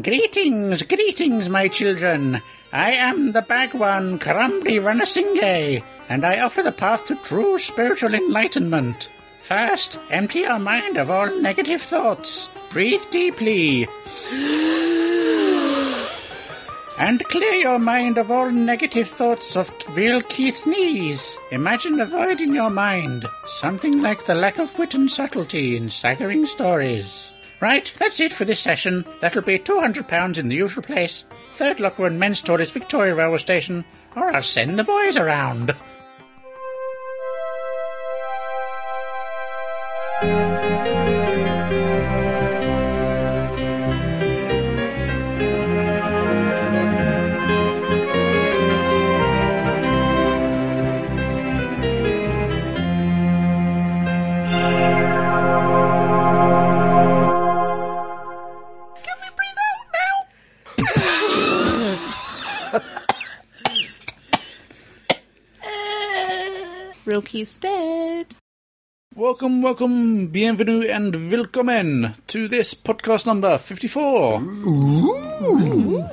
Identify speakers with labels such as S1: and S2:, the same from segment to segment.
S1: Greetings, greetings, my children. I am the Bhagwan Karamdi Ranasinghe, and I offer the path to true spiritual enlightenment. First, empty your mind of all negative thoughts. Breathe deeply. And clear your mind of all negative thoughts of real Keith's knees. Imagine a void in your mind, something like the lack of wit and subtlety in staggering stories. Right, that's it for this session. That'll be £200 in the usual place, Third Locker and Men's Toilets, Victoria Railway Station, or I'll send the boys around.
S2: Can we breathe out now? Real Keith's dead.
S3: Welcome, welcome, bienvenue, and willkommen to this podcast number 54.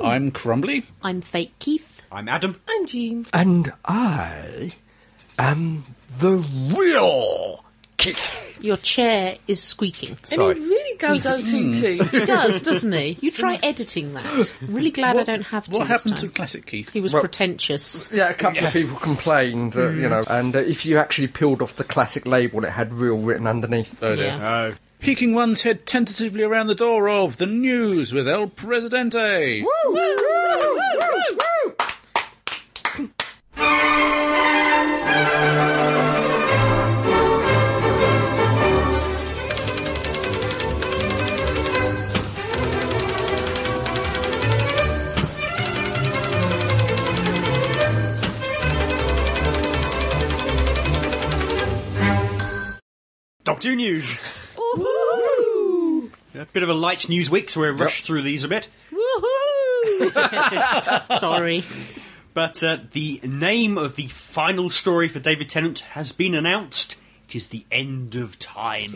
S3: I'm Crumbly.
S2: I'm fake Keith.
S4: I'm Adam.
S5: I'm Jean.
S6: And I am the real Keith.
S2: Your chair is squeaking.
S5: And
S6: Sorry.
S5: he really goes
S2: We
S5: on
S2: just-
S5: too.
S2: He does, doesn't he? You try editing that. Really glad I don't have to.
S3: What
S2: this
S3: happened to
S2: time.
S3: Classic Keith?
S2: He was
S6: Well-
S2: pretentious.
S6: Yeah, a couple of people complained, that, you know, and uh, if you actually peeled off the classic label, it had real written underneath.
S2: yeah.
S4: Oh,
S3: Peeking one's head tentatively around the door of the news with El Presidente.
S6: Woo, woo, woo, woo, woo.
S4: Hmm. Doctor Who News.
S3: Uh,
S4: A bit of a light news week, so we'll rush through these a bit.
S2: Sorry.
S4: But uh, the name of the final story for David Tennant has been announced. It is the end of time.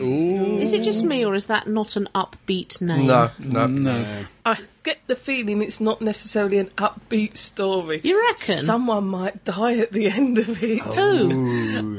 S2: Is it just me, or is that not an upbeat name?
S6: No, no. no.
S5: I get the feeling it's not necessarily an upbeat story.
S2: You reckon?
S5: Someone might die at the end of it.
S2: Oh,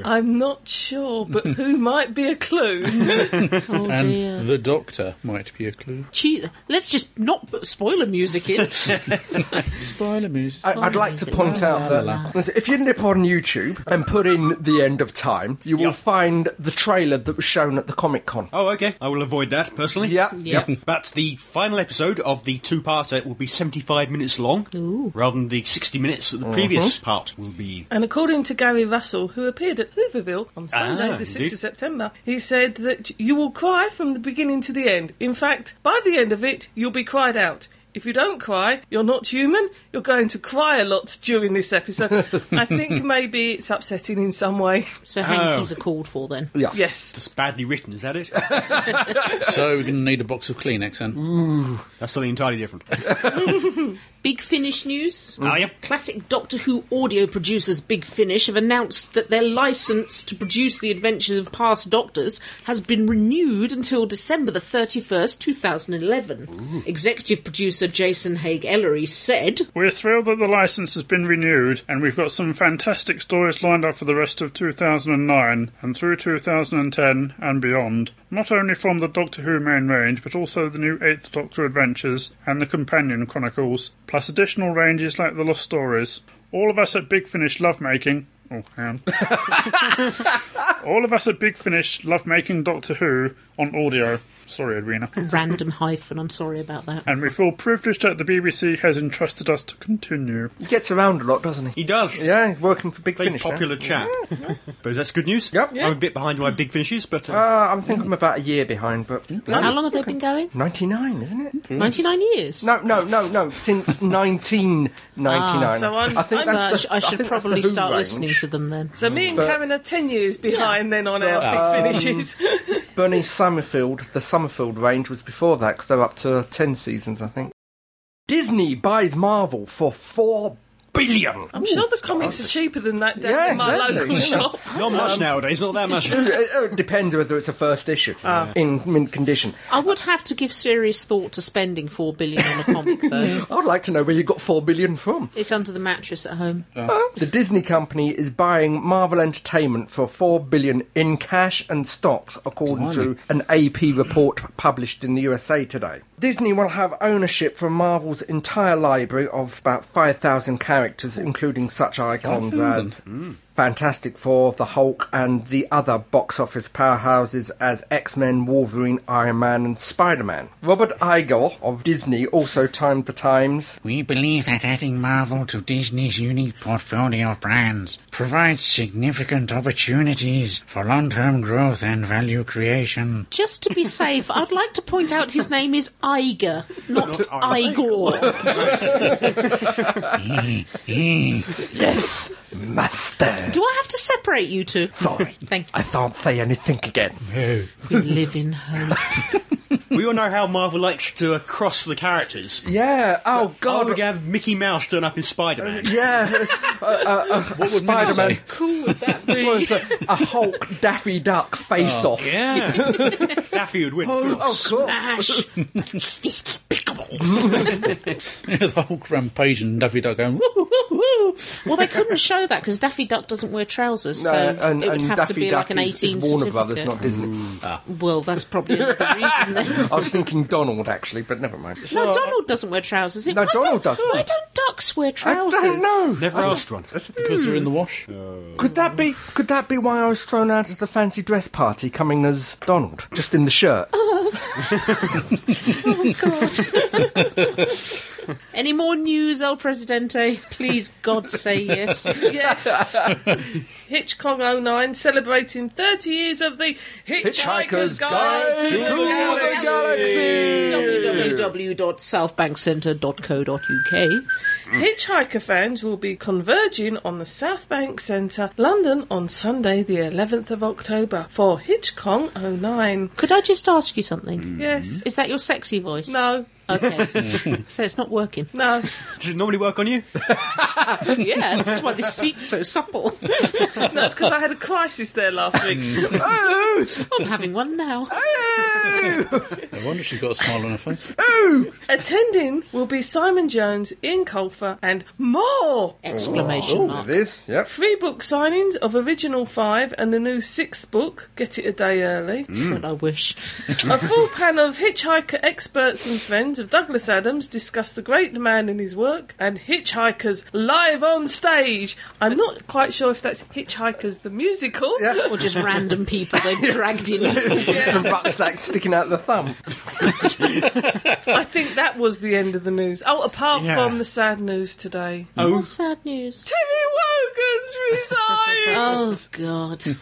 S5: I'm not sure, but who might be a clue?
S2: oh
S3: And
S2: dear.
S3: the Doctor might be a clue.
S2: Gee, let's just not put spoiler music in.
S3: Spoiler music.
S6: I, I'd like to point out that if you nip on YouTube and put in The End of Time, you will
S4: Yeah.
S6: find the trailer that was shown at the Comic Con.
S4: Oh, okay. I will avoid that personally.
S6: Yeah,
S2: Yeah.
S6: yeah.
S4: But the final episode of the two-parter will be 75 minutes long, rather than the 60 minutes
S6: Uh-huh.
S4: that the previous part will be.
S5: and according to Gary Russell, who appeared at Hooverville on Sunday, the 6th
S4: indeed.
S5: of September, he said that you will cry from the beginning to the end. In fact, by the end of it, you'll be cried out. If you don't cry, you're not human. You're going to cry a lot during this episode. I think maybe it's upsetting in some way.
S2: So
S3: Oh.
S2: hankies are called for then.
S6: Yeah.
S5: Yes.
S4: Just badly written, is that it?
S3: So we're going to need a box of Kleenex then.
S4: That's something entirely different.
S2: Big Finish news.
S4: Ah, yep.
S2: Classic Doctor Who audio producers Big Finish have announced that their license to produce the adventures of past Doctors has been renewed until December the 31st, 2011. Executive producer Jason Haig Ellery said,
S7: We're thrilled that the license has been renewed, and we've got some fantastic stories lined up for the rest of 2009 and through 2010 and beyond. Not only from the Doctor Who main range, but also the new Eighth Doctor Adventures and the Companion Chronicles, plus additional ranges like the Lost Stories. All of us at Big Finish love making. Oh, hang on. All of us at Big Finish love making Doctor Who on audio. Sorry, Edwina
S2: random hyphen, I'm sorry about that.
S7: and we feel privileged that the BBC has entrusted us to continue.
S6: He gets around a lot, doesn't he?
S4: He does.
S6: Yeah, he's working for Big
S4: Very
S6: Finish. now.
S4: popular chap. Suppose that's good news.
S6: Yep.
S4: I'm a bit behind my big finishes, but uh,
S6: Uh, I think I'm about a year behind, but
S2: How long have they been going?
S6: 99, isn't it?
S2: 99 years.
S6: Hmm. No, no, no, no. Since 1999.
S2: Ah,
S5: so I'm-
S6: I think
S5: I'm-
S2: So
S6: that's
S2: I,
S6: the-
S2: sh- I should
S6: think that's the
S2: probably
S6: Who
S2: start
S6: range.
S2: listening to them then.
S5: So me and
S6: But-
S5: Karen are 10 years behind then on
S6: But,
S5: our big
S6: um,
S5: finishes.
S6: Bernie Summerfield, the Summerfield range was before that because they're up to 10 seasons, I think. Disney buys Marvel for $4 billion.
S5: I'm sure the comics are cheaper than that down
S6: Yeah,
S5: in my
S6: exactly.
S5: local
S6: Yeah.
S5: shop.
S4: Not much nowadays, not that much.
S6: It, it depends whether it's a first issue
S2: Ah.
S6: in mint condition.
S2: I would have to give serious thought to spending four billion on a comic, though.
S6: I'd like to know where you got four billion from.
S2: it's under the mattress at home.
S6: The Disney company is buying Marvel Entertainment for four billion in cash and stocks, according to an AP report published in the USA today. Disney will have ownership for Marvel's entire library of about five thousand characters, including such icons as Fantastic Four, the Hulk, and the other box office powerhouses as X Men, Wolverine, Iron Man, and Spider Man. Robert Iger of Disney also timed the Times.
S1: We believe that adding Marvel to Disney's unique portfolio of brands provides significant opportunities for long term growth and value creation.
S2: Just to be safe, I'd like to point out his name is Iger, not Igor.
S6: Yes, master.
S2: Do I have to separate you two?
S6: Sorry.
S2: Thank you.
S6: I can't say anything again.
S2: We live in hope.
S4: we all know how Marvel likes to uh, cross the characters.
S6: Yeah. Oh
S4: Oh,
S6: God.
S4: we can have Mickey Mouse turn up in Spider Man.
S6: yeah. uh, uh, uh, Spider-Man.
S2: cool would that be?
S6: was a, a Hulk Daffy Duck face-off.
S3: Oh,
S4: Yeah. Daffy would win.
S6: Oh, oh, cool.
S2: Ash.
S3: the Hulk rampage and Daffy Duck going, woo!
S2: Well, they couldn't show that because Daffy Duck doesn't wear trousers, so
S6: and,
S2: it would
S6: and
S2: have
S6: Daffy
S2: to be
S6: Duck
S2: like an
S6: is,
S2: 18
S6: is Warner
S2: certificate.
S6: Brothers, not Disney.
S3: Mm.
S2: Well, that's probably another reason. Then.
S6: I was thinking Donald actually, but never mind.
S2: No, Donald doesn't wear trousers. It-
S6: uh, No,
S2: why
S6: Donald
S2: don't-
S6: doesn't.
S2: Why don't ducks wear
S6: I
S2: trousers?
S6: don't know.
S4: Never asked one.
S3: Because they're in the wash.
S6: Hmm. Could that be? Could that be why I was thrown out of the fancy dress party, coming as Donald, just in the shirt?
S2: Oh. Any more news, El Presidente? Please, God, say yes.
S5: Yes. Hitchcock 09 celebrating 30 years of the Hitchhiker's, Guide to the Galaxy.
S2: www.southbankcentre.co.uk.
S5: Hitchhiker fans will be converging on the South Bank Centre, London, on Sunday, the 11th of October for Hitchcon 09.
S2: Could I just ask you something?
S5: Yes.
S2: Is that your sexy voice?
S5: No.
S2: Okay. so it's not working.
S5: No.
S4: Does it normally work on you?
S2: Yeah, that's why this seat's so supple.
S5: That's because I had a crisis there last week.
S2: I'm having one now.
S3: No wonder she's got a smile on her face.
S5: Attending will be Simon Jones, Ian Colfer, and more.
S2: Exclamation
S6: Oh,
S2: mark.
S6: it is. Yep.
S5: Three book signings of Original Five and the new sixth book, Get It a Day Early.
S2: But I wish.
S5: A full panel of hitchhiker experts and friends of Douglas Adams discuss the great man and his work and hitchhikers live on stage. I'm not quite sure if that's Hitchhikers the musical.
S6: Yeah.
S2: Or just random people they've dragged in.
S6: the rucksack sticking out the thumb.
S5: I think that was the end of the news. Oh, apart
S4: Yeah.
S5: from the sad news today.
S2: More sad news.
S5: Timmy Wogan's
S2: Oh,
S5: resigned.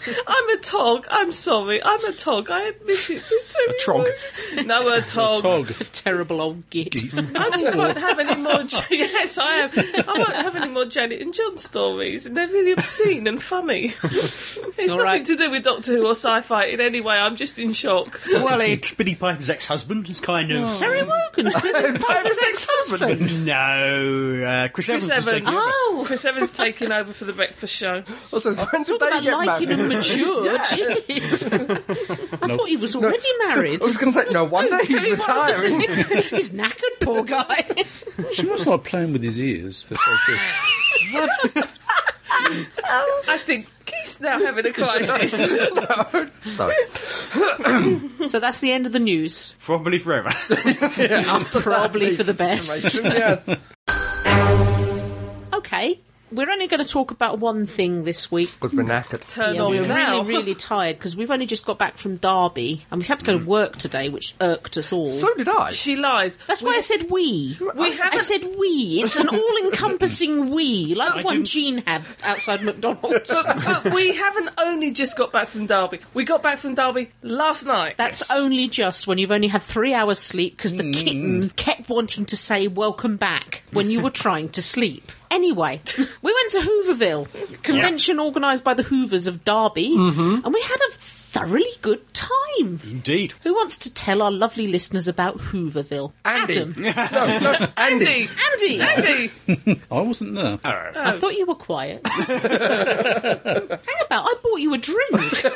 S2: God.
S5: I'm a tog. I'm sorry. I'm a tog. I admit it. But Timmy
S4: trog.
S5: Wogan- No, a tog.
S3: Tog.
S2: A terrible old git.
S5: I just won't have any more. Yes, I am. I won't have any more Janet and John stories, and they're really obscene and funny. it's nothing
S2: right.
S5: to do with Doctor Who or sci-fi in any way. I'm just in shock.
S4: Well, it's Biddy Piper's ex husband is kind of.
S2: Terry Wogan's been Piper's ex-husband.
S4: No, uh, Chris, Evans,
S5: Evans.
S4: was taking over.
S2: Oh,
S5: Chris Evans taking over for the breakfast show.
S6: Also, when
S2: talk
S6: did they
S2: about
S6: get
S2: liking
S6: married?
S2: and mature. Jeez. I thought he was already married.
S6: I was going to say, no wonder he's retiring.
S2: He's knackered, poor guy.
S3: She must like playing with his ears. That's so good.
S5: I think he's now having a crisis.
S6: Sorry.
S2: so that's the end of the news.
S4: Probably forever.
S2: Probably for the best.
S6: yes.
S2: Okay. We're only going to talk about one thing this week.
S6: Because we're knackered.
S5: Turn
S2: Yeah,
S5: off
S2: we're
S5: now.
S2: really, really tired because we've only just got back from Derby and we had to go to work today, which irked us all.
S6: So did I.
S5: she lies.
S2: That's why I said we.
S5: We
S2: I
S5: haven't.
S2: said we. It's an all-encompassing we, like
S4: I
S2: one
S4: didn't-
S2: Jean had outside McDonald's.
S5: but we haven't only just got back from Derby. We got back from Derby last night.
S2: That's only just when you've only had three hours sleep because the kitten kept wanting to say welcome back when you were trying to sleep. Anyway, we went to Hooverville, convention organised by the Hoovers of Derby, and we had a thoroughly good time.
S4: Indeed.
S2: Who wants to tell our lovely listeners about Hooverville?
S6: Andy.
S2: Adam.
S6: No, no, Andy.
S5: Andy,
S2: Andy!
S5: Andy,
S3: I wasn't there.
S1: Uh,
S2: I thought you were quiet. Hang about, I bought you a drink.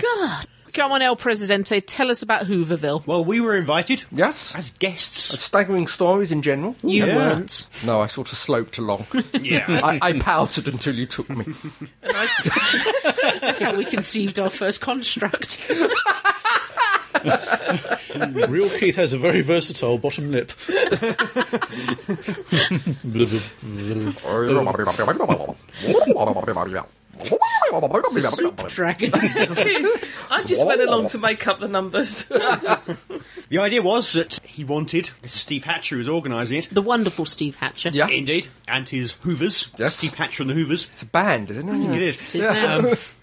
S2: God. Come on, El Presidente, tell us about Hooverville.
S4: Well, we were invited
S6: Yes.
S4: as guests.
S6: Staggering stories in general.
S2: You
S4: Yeah.
S2: weren't.
S6: No, I sort of sloped along.
S4: Yeah.
S6: I, I pouted until you took me.
S5: and I, s-
S2: That's how we conceived our first construct.
S3: Real Keith has a very versatile bottom lip.
S2: Oh, Soup dragon.
S5: I just went along to make up the numbers.
S4: the idea was that he wanted Steve Hatcher was organising it.
S2: the wonderful Steve Hatcher.
S6: Yeah.
S4: Indeed, and his Hoovers.
S6: Yes.
S4: Steve Hatcher and the Hoovers.
S6: It's a band, isn't it?
S4: It is.
S2: It is now.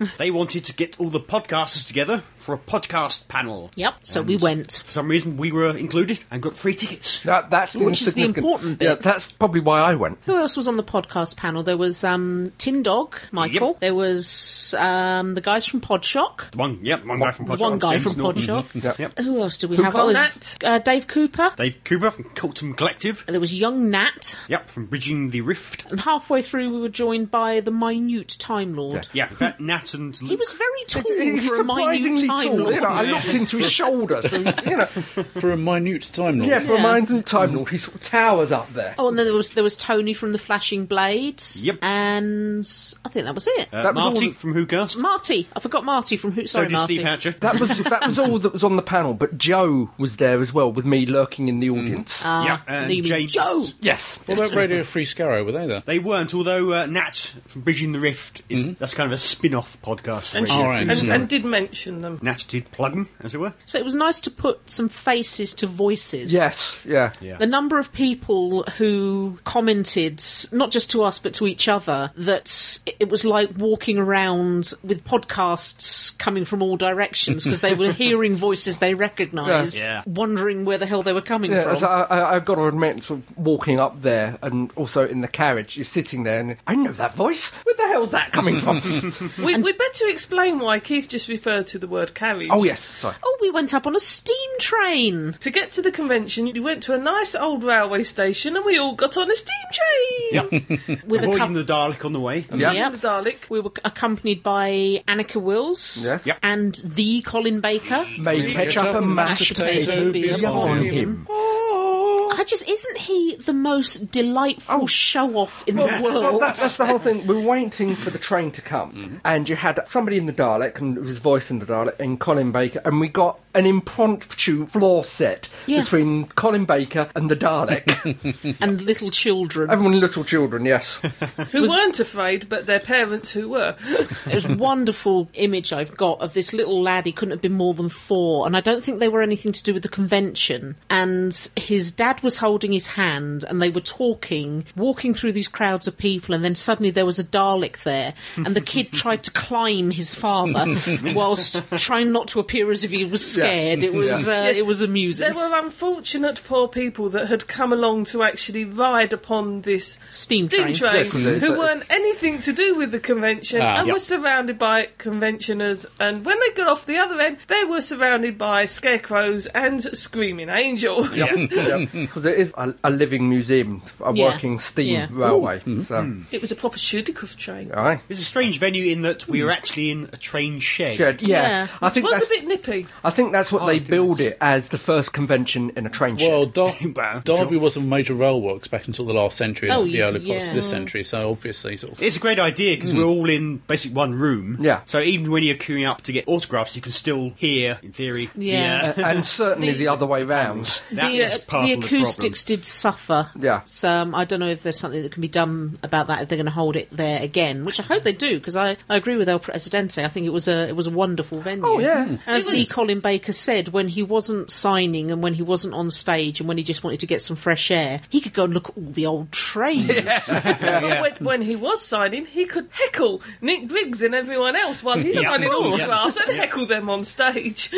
S4: Um, they wanted to get all the podcasters together for a podcast panel.
S2: Yep, so we went.
S4: For some reason, we were included and got free tickets.
S6: That, that's
S2: Which is the
S6: insignificant-
S2: important
S6: Yeah,
S2: bit.
S6: that's probably why I went.
S2: Who else was on the podcast panel? There was um, Tin Dog, Michael.
S4: Yep.
S2: There was um, the guys from Podshock.
S4: One, yep, one guy from Podshock.
S2: One guy
S4: James
S2: from
S4: Norton.
S2: Podshock.
S6: Yeah.
S2: Who else did we
S5: Who
S2: have?
S5: got
S2: Oh, it was,
S5: that?
S2: uh, Dave Cooper.
S4: Dave Cooper from Colton Collective.
S2: There was young Nat,
S4: Yep, from Bridging the Rift.
S2: and halfway through we were joined by the minute Time Lord.
S4: Yeah, in fact, Nat and
S2: He
S4: Luke.
S2: was very tall
S6: He's
S2: for a minute
S6: surprisingly
S2: Time
S6: tall.
S2: Lord.
S6: You know, I looked into his shoulder, so he's, you know,
S3: For a minute time lord.
S6: yeah, for
S2: Yeah.
S6: a mind and time lord, he sort of towers up there.
S2: Oh, and then there was there was Tony from the Flashing Blades.
S4: Yep.
S2: and I think that was it.
S4: uh,
S6: that was all
S4: Marty
S6: the-
S4: from WhoCast.
S2: Marty, I forgot Marty from Who?
S4: so
S2: Sorry,
S4: did
S2: Marty.
S4: Steve Hatcher.
S6: That was that was all that was on the panel, but Joe was there as well with me lurking in the audience.
S4: yeah,
S2: and
S4: and
S2: you mean
S4: James.
S2: Joe.
S6: yes,
S3: What about Radio Free Scarrow? Were they there?
S4: They weren't, although uh, Nat from Bridging the Rift is
S6: Mm-hmm.
S4: that's kind of a spin-off podcast.
S5: And,
S4: really.
S3: All right.
S5: and, and did mention them.
S4: Nat did plug 'em, as it were.
S2: So it was nice to put some faces to voices.
S6: yes, yeah.
S4: Yeah.
S2: The number of people who commented, not just to us but to each other, that it was like walking around with podcasts coming from all directions because they were hearing voices they recognised,
S4: Yeah. uh, Yeah.
S2: wondering where the hell they were coming
S6: Yeah,
S2: from.
S6: so I, I, I've got to admit, sort of walking up there and also in the carriage, is sitting there, and I know that voice. Where the hell's that coming from?
S5: We, we'd better explain why Keith just referred to the word carriage.
S6: oh yes, sorry.
S2: oh, we went up on a steam train.
S5: To get to the convention, we went to a nice old railway station and we all got on a steam train.
S4: Yep.
S2: With a
S4: Avoiding
S2: couple.
S4: the Dalek on the way.
S2: Um,
S6: Yeah.
S5: The Dalek.
S2: We were accompanied by Annika Wills
S6: Yes. Yep.
S2: and the Colin Baker.
S6: May catch up and mashed potato be upon him.
S2: I just isn't he the most delightful show off in the
S6: Oh. Well,
S2: world?
S6: that, that's the whole thing. We're waiting for the train to come, and you had somebody in the Dalek, and it was voice in the Dalek, and Colin Baker, and we got an impromptu floor set
S2: Yeah.
S6: between Colin Baker and the Dalek.
S2: and little children.
S6: Everyone, little children, yes.
S5: who weren't afraid, but their parents who were.
S2: There's a wonderful image I've got of this little lad. He couldn't have been more than four, and I don't think they were anything to do with the convention. And his dad was holding his hand, and they were talking, walking through these crowds of people, and then suddenly there was a Dalek there, and the kid tried to climb his father whilst trying not to appear as if he was scared. It was uh,
S5: Yes.
S2: it was amusing.
S5: there were unfortunate poor people that had come along to actually ride upon this
S2: Steam train.
S6: Yeah, 'cause it's
S5: who
S6: a-
S5: weren't anything to do with the convention
S3: Ah,
S5: and
S4: yep.
S5: were surrounded by conventioners. And when they got off the other end, they were surrounded by scarecrows and screaming angels.
S6: Because it is a, a living museum, a
S2: Yeah.
S6: working steam
S2: Yeah. Mm-hmm.
S6: railway. So,
S5: It was a proper Shudikov train.
S6: aye.
S4: It's a strange venue in that we were actually in a train shed.
S6: Yeah,
S2: Yeah.
S6: I
S5: It
S6: think
S5: was
S6: that's,
S5: a bit nippy.
S6: I think that's
S2: Oh,
S6: what they
S4: didn't
S6: build it as the first convention in a train shed.
S3: Well, Dar-
S4: Wow.
S3: Derby wasn't major railworks back until the last century,
S2: Oh,
S3: the
S2: yeah,
S3: early parts
S2: yeah.
S3: of this century. So obviously, sort of,
S4: It's a great idea
S2: Hmm.
S4: because we're all in basically one room.
S6: Yeah.
S4: So even when you're queuing up to get autographs, you can still hear, in theory. uh,
S2: Yeah. Uh,
S6: and certainly the, other way round.
S4: That
S2: the,
S4: was part
S2: the
S4: of the
S2: acoustics did suffer.
S6: Yeah.
S2: So um, I don't know if there's something that can be done about that if they're going to hold it there again, which I hope they do because I, I agree with El Presidente. I think it was a it was a wonderful venue.
S6: Oh, yeah.
S4: Hmm.
S2: And as Lee Colin Baker said, when he wasn't signing and when he wasn't on stage and when he just wanted to get some fresh air, he could go and look at all the old trains.
S5: When, when he was signing, he could heckle Nick Briggs and everyone else while he's signing autographs and heckle them on stage.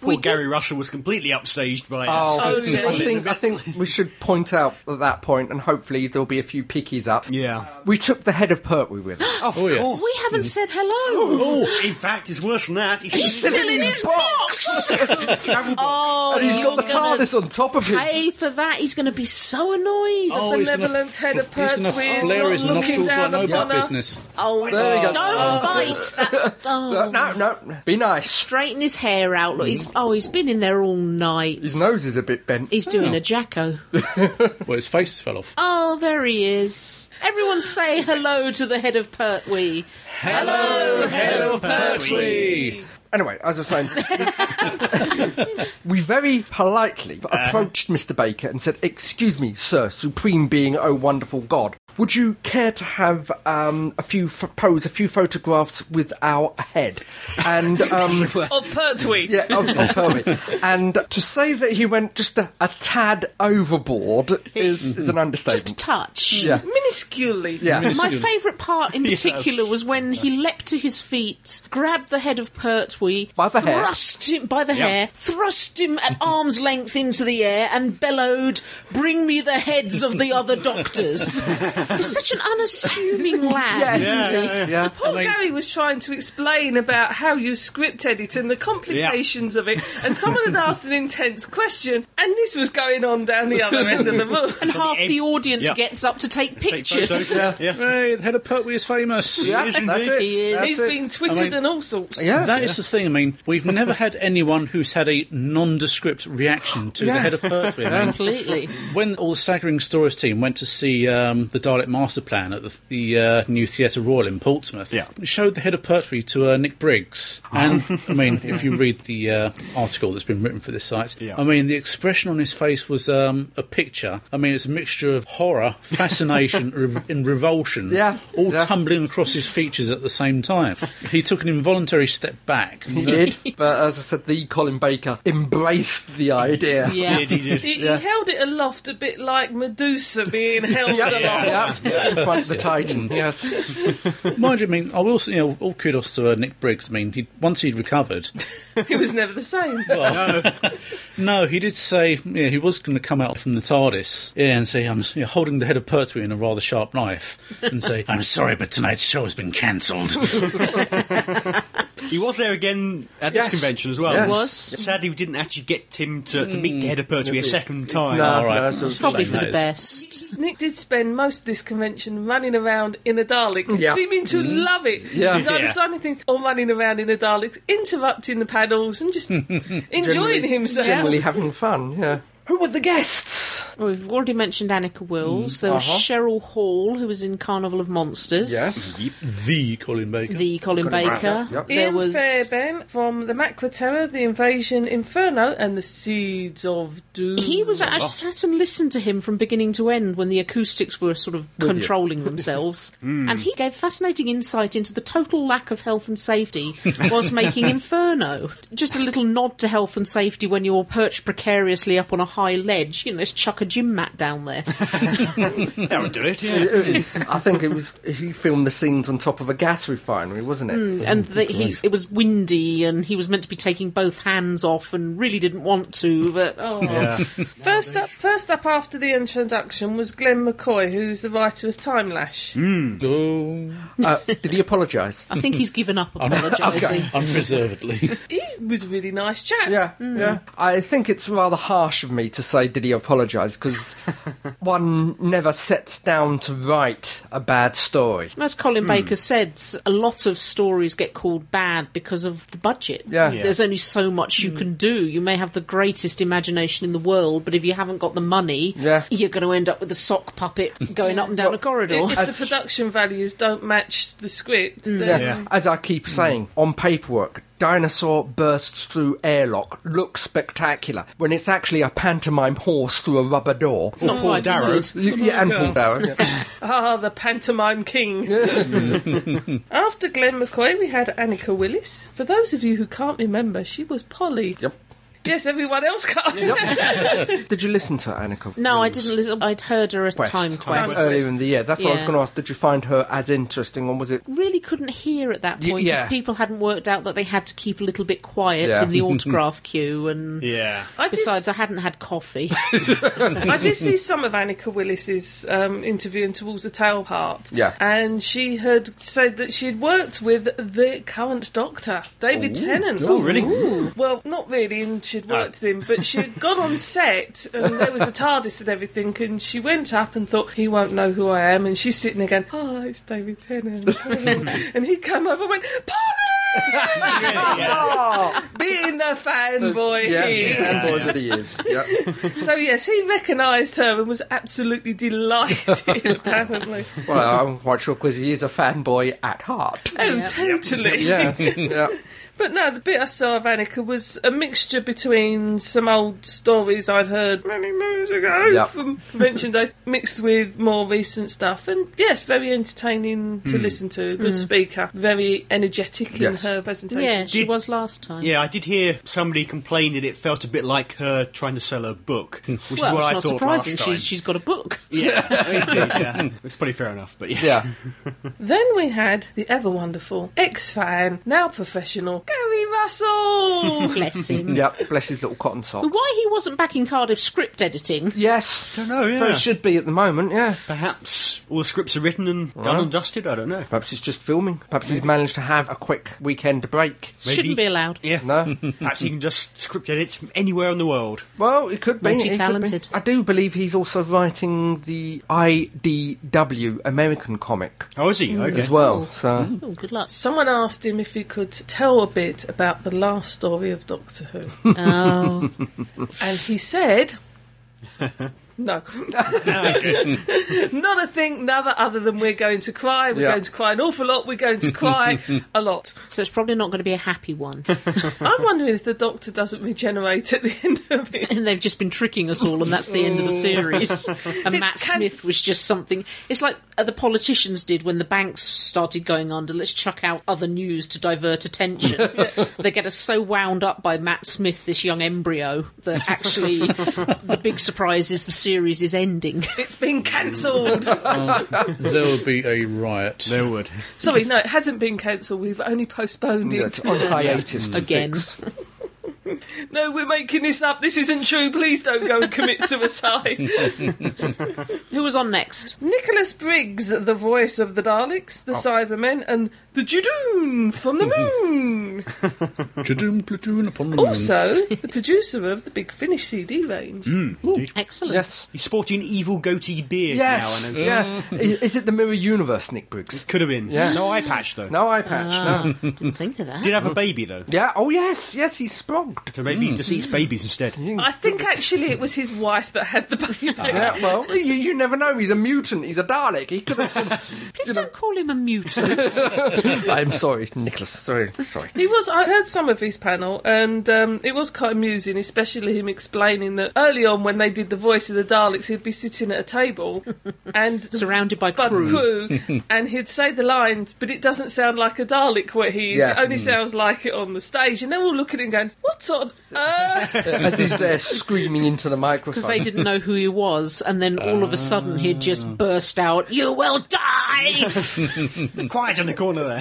S4: Poor Gary Russell was completely upstaged by
S6: Oh,
S5: Oh,
S6: I
S5: yeah.
S6: think, I think we should point out at that point, and hopefully there'll be a few pickies up.
S4: Yeah.
S6: We took the head of Pertwee with us.
S2: Oh,
S4: Of
S3: Oh, yes.
S4: course.
S2: We haven't said hello.
S4: Oh, in fact, it's worse than that. It's
S2: He's still in his box.
S4: travel box.
S2: Oh,
S6: and he's got the
S2: you're gonna
S6: TARDIS on top of him.
S2: Pay for that. He's going to be so annoyed.
S3: Oh, he's gonna
S5: benevolent head of
S3: fl- He's going
S5: Pertwee is
S3: to flare
S5: not
S3: his
S5: looking
S3: nostrils like
S5: down
S3: nobody's
S5: upon us.
S3: business.
S2: Oh,
S6: There you go.
S2: don't bite. That's
S6: No,
S2: oh.
S6: no, no, be nice.
S2: Straighten his hair out. Look, he's oh, he's been in there all night.
S6: His nose is a bit bent.
S2: He's doing
S3: Oh.
S2: a jacko.
S3: Well, his face fell off.
S2: Oh, there he is. Everyone say hello to the head of Pertwee.
S6: Anyway, as I was saying, we very politely approached Mr. Baker and said, Excuse me, sir, supreme being, oh wonderful God, would you care to have um, a few f- pose, a few photographs with our head? And. Um,
S5: Of Pertwee.
S6: Yeah, oh, of, of Pertwee. And to say that he went just a, a tad overboard is, is an
S2: Just a
S6: understatement.
S2: touch.
S6: yeah,
S5: Minusculely.
S6: yeah.
S2: My favourite part in particular was when he leapt to his feet, grabbed the head of Pertwee,
S6: By the hair.
S2: thrust him by the hair, thrust him at arm's length into the air, and bellowed, "Bring me the heads of the other doctors." He's such an unassuming lad,
S6: Yes.
S2: isn't he?
S6: Yeah.
S5: Poor Gary was trying to explain about how you script edit and the complications of it, and someone had asked an intense question, and this was going on down the other end of the room.
S2: And half
S4: the end-
S2: the audience
S4: Yeah.
S2: gets up to take
S4: Take photos.
S2: pictures.
S6: Yeah.
S4: Yeah.
S3: Hey, the head of Pertwee is famous.
S6: Yeah,
S4: He is
S6: that's
S4: indeed.
S6: it.
S2: He is.
S6: That's
S5: He's
S6: it.
S5: been twittered
S3: I mean-
S5: and all sorts.
S6: Yeah.
S3: That is the thing. I mean, we've never had anyone who's had a nondescript reaction to the
S6: Yeah.
S3: head of Pertwee. I mean,
S2: Completely.
S3: when all the Staggering Stories team went to see um, the Dalek Master Plan at the, the uh, new Theatre Royal in Portsmouth,
S4: Yeah.
S3: we showed the head of Pertwee to uh, Nick Briggs. And, I mean, if you read the uh, article that's been written for this site,
S4: Yeah.
S3: I mean, the expression on his face was um, a picture. I mean, it's a mixture of horror, fascination, re- and revulsion,
S6: Yeah.
S3: all
S6: Yeah.
S3: tumbling across his features at the same time. He took an involuntary step back.
S6: He did, but as I said, the Colin Baker embraced the idea.
S2: Yeah.
S4: Did, he did.
S5: He,
S6: Yeah.
S5: he held it aloft a bit like Medusa being held
S6: Yeah,
S5: aloft.
S6: yeah, yeah, in front of the Titan. Yes,
S3: Mind you, I mean, I will say, you know, all kudos to uh, Nick Briggs. I mean, he, once he'd recovered,
S5: He was never the same.
S3: No, he did say yeah, he was going to come out from the TARDIS yeah, and say, I'm you know, holding the head of Pertwee in a rather sharp knife, and say, I'm sorry, but tonight's show has been cancelled.
S4: He was there again at
S6: Yes.
S4: this convention as well.
S6: Yes. Hmm.
S2: Was.
S4: Sadly, we didn't actually get Tim to, to meet the head of Pertwee a second time.
S6: no,
S3: All right.
S6: no, it's all-
S2: Probably
S3: Shame
S2: for the
S3: that is.
S2: best.
S5: Nick did spend most of this convention running around in a Dalek, and
S6: Yeah.
S5: seeming to love it.
S6: Yeah.
S5: He's either
S4: Yeah.
S5: signing things or running around in a Dalek, interrupting the panels and just enjoying
S6: Generally-
S5: himself.
S6: generally having fun. Yeah. Who were the guests?
S2: Well, we've already mentioned Annika
S6: Mm.
S2: Wills. there was Cheryl Hall, who was in Carnival of Monsters.
S6: Uh-huh. Yes,
S3: the Colin Baker.
S2: The Colin, Baker.
S6: Baker, yep.
S2: There
S5: Ian
S2: was
S5: Fairbairn from the Macra Terror, the Invasion Inferno, and the Seeds of Doom.
S2: He was. I sat and listened to him from beginning to end when the acoustics were sort of controlling themselves, and he gave fascinating insight into the total lack of health and safety whilst making Inferno. Just a little nod to health and safety when you're perched precariously up on a high ledge. You know, let's chuck a gym mat down there.
S4: That would do it, yeah.
S6: It was- I think it was. He filmed the scenes on top of a gas refinery, wasn't it?
S2: and that he it was windy and he was meant to be taking both hands off and really didn't want to but oh
S5: First up, first up after the introduction was Glenn McCoy, who's the writer of Time Lash.
S3: Oh,
S6: Uh, did he apologise?
S2: i think he's given up apologising
S3: unreservedly.
S5: He was a really nice chap.
S6: Yeah, yeah. I think it's rather harsh of me to say, did he apologise? Because one never sets down to write a bad story.
S2: As Colin
S4: Hmm.
S2: Baker said, s- a lot of stories get called bad because of the budget.
S6: Yeah. Yeah.
S2: There's only so much
S4: Hmm.
S2: you can do. You may have the greatest imagination in the world, but if you haven't got the money,
S6: Yeah.
S2: you're going to end up with a sock puppet going up and down a corridor.
S5: If the production values don't match the script,
S6: Yeah.
S5: then
S4: Yeah.
S6: As I keep saying, on paperwork, dinosaur bursts through airlock, looks spectacular, when it's actually a pantomime horse through a rubber door. Oh,
S2: Not quite as
S4: Darrow.
S2: good.
S6: You- yeah, and Paul Darrow, yeah.
S5: ah, the pantomime king. After Glenn McCoy, we had Annika Willis. For those of you who can't remember, she was Polly.
S6: Yep.
S5: Yes, everyone else can't.
S6: Did you listen to Annika?
S2: No, I
S6: Freud's
S2: didn't listen. I'd heard her a
S6: Quest
S2: time quest.
S6: earlier in the year? That's what I was
S2: Yeah.
S6: going to ask. Did you find her as interesting, or was it?
S2: Really couldn't hear at that
S6: Y-
S2: point because
S6: yeah.
S2: people hadn't worked out that they had to keep a little bit quiet
S6: Yeah.
S2: in the autograph queue. And
S4: Yeah.
S5: I just-
S2: besides, I hadn't had coffee.
S5: I did see some of Annika Willis's um, interview in Towards the Tail part.
S6: Yeah.
S5: And she had said that she'd worked with the current doctor, David Tennant.
S4: Oh, really?
S5: Well, not really, and she'd worked with him, but she'd gone on set, and there was the TARDIS and everything, and she went up and thought, he won't know who I am, and she's sitting there going, oh, it's David Tennant. and he came over and went, Polly! Being the fanboy
S6: yeah,
S5: he is.
S6: and boy that he is. Yeah.
S5: So yes, he recognised her and was absolutely delighted. apparently,
S6: Well, I'm quite sure because he is a fanboy at heart.
S5: oh, totally.
S6: Yes. yeah.
S5: But no, the bit I saw of Annika was a mixture between some old stories I'd heard many moons ago
S6: Yeah.
S5: from convention days, mixed with more recent stuff. And yes, very entertaining to listen to. Good speaker, very energetic in
S6: Hmm. Yes.
S5: her presentation.
S2: yeah, she
S4: Did-
S2: was last time.
S4: Yeah, I did hear somebody complain that it felt a bit like her trying to sell her book,
S6: Hmm.
S4: which
S2: Well,
S4: is what
S2: it's
S4: I
S2: not
S4: thought
S2: surprising.
S4: last time.
S2: She's, she's got a book.
S4: Yeah, indeed, yeah. It's pretty fair enough, but yes.
S6: Yeah.
S5: Then we had the ever wonderful ex fan, now professional Gary Russell.
S2: Bless him.
S6: Yeah. Bless his little cotton socks.
S2: Why he wasn't back in Cardiff script editing?
S6: Yes.
S4: Don't know, yeah.
S6: So it should be at the moment. Yeah.
S4: Perhaps all the scripts are written and done and dusted. I don't know.
S6: Perhaps it's just filming. Perhaps he's managed to have a quick weekend break.
S4: Maybe-
S2: Shouldn't be allowed.
S4: Yeah,
S6: No.
S4: perhaps you can just script edit from anywhere in the world.
S6: Well, it could be. it could be.
S2: Multi-talented.
S6: I do believe he's also writing the IDW American comic
S4: Oh, is he? Okay.
S6: Hmm. as well. So
S2: Oh, good luck.
S5: Someone asked him if he could tell a bit about the last story of Doctor Who.
S2: Oh,
S5: and he said. No. Not a thing, another other than we're going to cry, we're
S6: Yeah.
S5: going to cry an awful lot, we're going to cry a lot.
S2: so it's probably not going to be a happy one.
S5: I'm wondering if the doctor doesn't regenerate at the end of it.
S2: and they've just been tricking us all, and that's the end of the series. And Matt
S5: can-
S2: Smith was just something. It's like uh, the politicians did when the banks started going under. Let's chuck out other news to divert attention. they get us so wound up by Matt Smith, this young embryo, that actually the big surprise is the series is ending.
S5: It's been cancelled.
S3: there will be a riot.
S4: There would.
S5: Sorry, no, it hasn't been cancelled, we've only postponed
S6: yeah,
S5: it.
S6: it's on hiatus to
S2: Again.
S6: fix.
S5: No, we're making this up, this isn't true, please don't go and commit suicide.
S2: Who was on next?
S5: Nicholas Briggs, the voice of the Daleks, the Cybermen, and the Judoon from the Moon.
S3: Jadoom platoon upon the moon.
S5: also, the producer of the Big Finish CD range.
S2: Excellent.
S6: Yes.
S4: He's sporting evil goatee beard
S6: Yes.
S4: now. And
S6: Yeah. I- Is it the mirror universe, Nick Briggs?
S4: could have been.
S6: Yeah.
S4: No eye patch though.
S6: No eye patch.
S2: Ah.
S6: No.
S2: Didn't think of that.
S4: Did have a baby though.
S6: Yeah. Oh yes. Yes. He's sprogged.
S4: So maybe he just eats babies instead.
S5: I think actually it was his wife that had the baby.
S6: Yeah. Well, you, you never know. He's a mutant. He's a Dalek. He could. Have
S2: Please don't call him a mutant.
S6: I'm sorry, Nicholas. Sorry. Sorry.
S5: He was. I heard some of his panel, and um, it was quite amusing, especially him explaining that early on when they did the voice of the Daleks, he'd be sitting at a table and the
S2: Surrounded by
S5: bud
S2: crew.
S5: crew, and he'd say the lines, but it doesn't sound like a Dalek where he is.
S6: Yeah.
S5: It only sounds like it on the stage, and they're all looking at him going, "What on earth?"
S6: As he's there screaming into the microphone.
S2: because they didn't know who he was, and then all of a sudden he'd
S5: Ah.
S2: just burst out, "You will die!"
S4: Quiet in the corner there.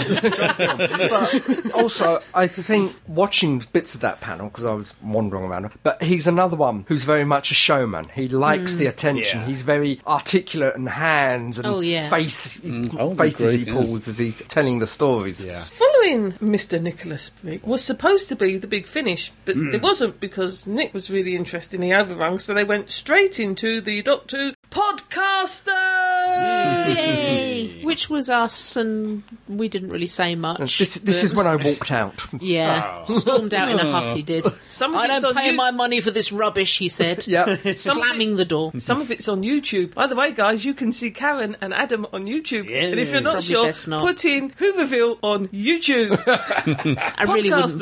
S6: But also, I think watching bits of that panel because I was wandering around. But he's another one who's very much a showman. He likes
S2: Mm.
S6: the attention.
S4: Yeah.
S6: He's very articulate and hands and
S2: Oh, yeah.
S6: face
S3: Oh,
S6: faces
S3: great,
S6: he
S3: yeah.
S6: pulls as he's telling the stories. Yeah.
S5: Following Mr. Nicholas Brigg was supposed to be the big finish, but it wasn't because Nick was really interested in the overrun, so they went straight into the Doctor Who podcaster.
S2: Mm. Yay! Which was us, and we didn't really say much.
S6: This this is when I walked out.
S2: yeah, stormed out in a huff. He did.
S5: Oh. Some of
S2: I
S5: it's
S2: don't
S5: on
S2: pay
S5: you-
S2: my money for this rubbish. He said,
S6: Yeah.
S2: slamming the door.
S5: Some of it's on YouTube. By the way, guys, you can see Karen and Adam on YouTube.
S4: Yeah.
S5: and if you're not
S2: Probably
S5: sure,
S2: best not.
S5: put in Hooverville on YouTube.
S2: I really wouldn't
S5: Podcasters.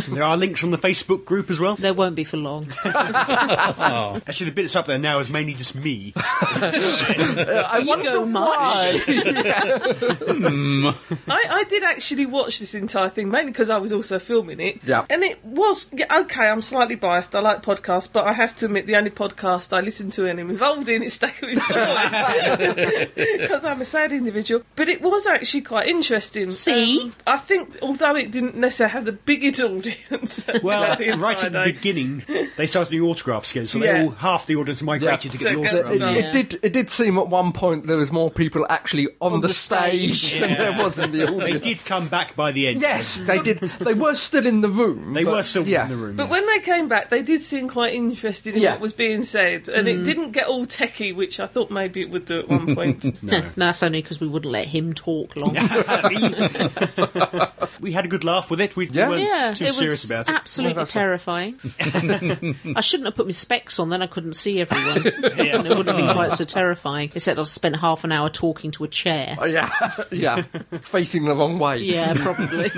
S2: bother.
S4: There are links on the Facebook group as well.
S2: There won't be for long.
S4: Actually, the bit that's up there now is mainly just me.
S6: I
S2: Ego
S6: wonder
S2: much.
S6: why. Yeah.
S5: I, I did actually watch this entire thing mainly because I was also filming it.
S6: Yeah.
S5: And it was yeah, okay. I'm slightly biased. I like podcasts, but I have to admit the only podcast I listen to and am involved in is Staggering Stories because I'm a sad individual. But it was actually quite interesting.
S2: See?
S5: Um, I think although it didn't necessarily have the biggest audience. that
S4: Well,
S5: the entire
S4: right at the
S5: day.
S4: beginning, they started doing autographs again, so
S5: Yeah.
S4: they all half the audience migrated to get
S5: So
S4: the
S5: it goes
S4: autographs.
S6: It,
S5: Yeah.
S6: it did. It did seem at one point there was more people actually on, the,
S2: the
S6: stage,
S2: stage.
S6: than there was in the
S4: They
S6: audience.
S4: did come back by the end.
S6: Yes, they did. They were still in the room.
S4: They
S6: but-
S4: were still
S6: yeah.
S4: in the room.
S5: But when they came back, they did seem quite interested in
S6: Yeah.
S5: what was being said, and it didn't get all techie, which I thought maybe it would do at one point.
S2: no, that's only because we wouldn't let him talk long.
S4: we had a good laugh with it. We
S6: Yeah.
S4: weren't
S2: Yeah,
S4: too
S2: it
S4: serious
S2: was
S4: about it.
S2: absolutely terrifying. I shouldn't have put my specs on, then I couldn't see everyone. and it wouldn't have been quite so terrifying, except I've spent half an hour talking to a chair.
S6: Oh, yeah, yeah, facing the wrong way.
S2: Yeah, probably.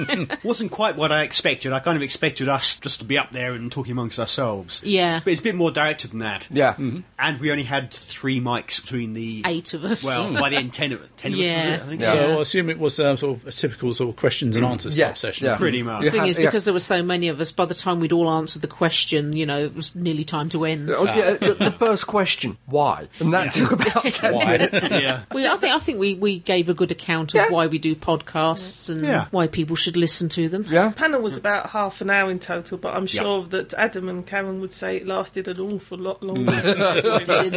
S4: wasn't quite what I expected. I kind of expected us just to be up there and talking amongst ourselves.
S2: Yeah.
S4: But it's a bit more directed than that.
S6: yeah.
S4: Mm-hmm. And we only had three mics between the.
S2: Eight Mm. of us.
S4: Well, by the end, ten of, ten of us,
S2: Yeah.
S4: was it, I think.
S6: Yeah.
S3: So I assume it was uh, sort of a typical sort of questions and answers
S6: Yeah,
S3: type session.
S6: yeah.
S4: Pretty much.
S6: You
S2: The thing
S6: had-
S2: is,
S6: yeah.
S2: because there were so many of us, by the time we'd all answered the question, you know, it was nearly time to end.
S6: Oh, yeah, the, the first question, why? And that took about 10 minutes.
S4: Yeah.
S2: We, I think, I think we, we gave a good account of
S6: Yeah.
S2: why we do podcasts and
S4: Yeah.
S2: why people should listen to them.
S6: Yeah.
S5: panel was about half an hour in total, but I'm sure that Adam and Karen would say it lasted an awful lot longer. than it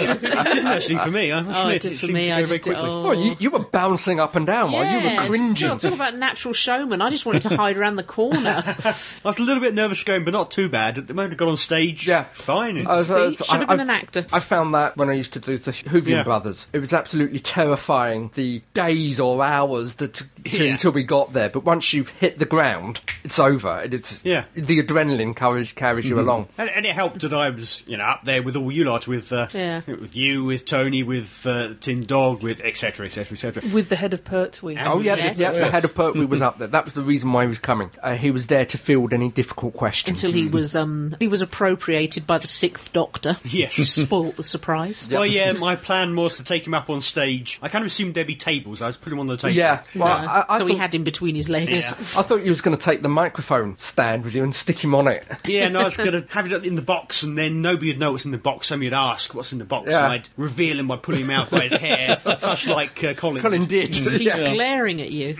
S5: seemed.
S4: Actually, for me, I must
S2: Oh, it
S4: admit,
S2: did
S4: it
S2: for
S4: seemed
S2: me.
S4: to
S2: I
S4: go very
S2: just did.
S4: quickly.
S2: Oh.
S6: Well, you, you were bouncing up and down while you were
S2: Yeah. No,
S6: cringing.
S2: talk about natural showman. I just wanted to hide around the corner.
S4: I was a little bit nervous going, but not too bad. At the moment I got on stage,
S6: Yeah.
S4: fine.
S6: I was- uh, I was-
S2: See, should have
S6: I-
S2: been an actor.
S6: I found that when I used to do the Hoovian
S4: Yeah.
S6: Brothers, it was absolutely terrifying. The days or hours that t- t-
S4: Yeah.
S6: until we got there, but once you've hit the ground, it's over. It- It's
S4: Yeah. Mm-hmm.
S6: the adrenaline carries carries you along.
S4: And, and it helped that I was, you know, up there with all you lot, with uh,
S2: Yeah.
S4: with you, with Tony, with uh, Tin Dog, with etc. etc. etc.
S5: With the head of Pertwee.
S6: Oh yeah,
S2: Yes.
S6: the, yeah, the head of Pertwee was up there. That was the reason why he was coming. Uh, he was there to field any difficult questions.
S2: Until he was um, he was appropriated by the sixth Doctor.
S4: Yes.
S2: who spoilt the surprise.
S4: Well, yeah, my plan was to take him up on stage. I kind of assumed there'd be tables. I was putting him on the table.
S6: yeah, well,
S2: Uh,
S6: I, I
S2: so
S6: thought,
S2: we had him between his legs.
S4: Yeah.
S6: I thought you was going to take the microphone stand with you and stick him on it.
S4: Yeah, and I was going to have it in the box, and then nobody would know what's in the box. Somebody would ask what's in the box,
S6: Yeah.
S4: and I'd reveal him by pulling him out by his hair, much like uh, Colin.
S6: Colin did.
S2: He's glaring at you.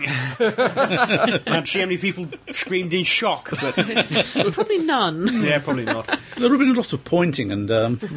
S4: And I'd see how many people screamed in shock, but
S2: Probably none.
S4: yeah, probably not.
S3: There have been a lot of pointing and um,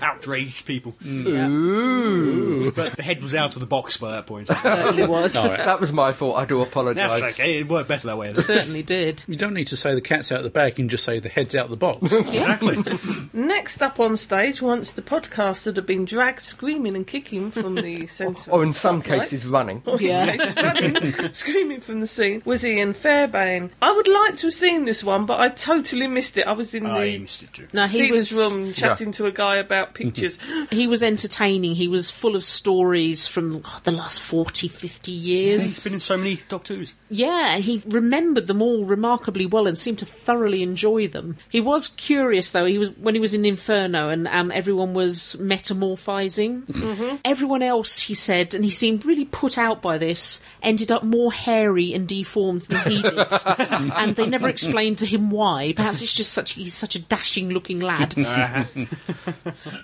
S4: Outraged people.
S6: Mm.
S4: But the head was out of the box by that point.
S2: Certainly was.
S6: That was my fault. I do apologise.
S4: That's okay. It worked better that way.
S2: Certainly did.
S3: you don't need to say the cat's out of the bag. You can just say the head's out of the box.
S4: Exactly.
S5: Next up on stage, once the podcast that had been dragged screaming and kicking from the centre.
S6: Or in some cases, running.
S2: Yeah.
S5: running, screaming from the scene, was Ian Fairbane. I would like to have seen this one, but I totally missed it. I was in
S4: I
S5: the
S4: missed it too.
S2: No, he
S5: dealer's
S2: was
S5: room chatting to a guy about pictures.
S2: he was entertaining. He was full of stories from God, the last 40, 50
S4: He's
S2: years.
S4: been in so many Doc 2s.
S2: Yeah, and he remembered them all remarkably well and seemed to thoroughly enjoy them. He was curious though. He was when he was in Inferno and um, everyone was metamorphizing. Everyone else, he said, and he seemed really put out by this. Ended up more hairy and deformed than he did, and they never explained to him why. Perhaps it's just such he's such a dashing-looking lad.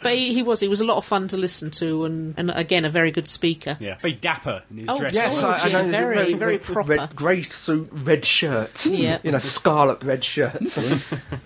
S2: but he, he was he was a lot of fun to listen to, and, and again a very good speaker.
S4: Yeah. Very dapper in his
S2: Oh,
S4: dress.
S6: Yes, I, I
S2: yeah,
S6: know.
S2: very,
S6: Red-
S2: very
S6: red-
S2: proper.
S6: Red, grey suit, red shirt.
S2: Yeah.
S6: You know, scarlet red shirts.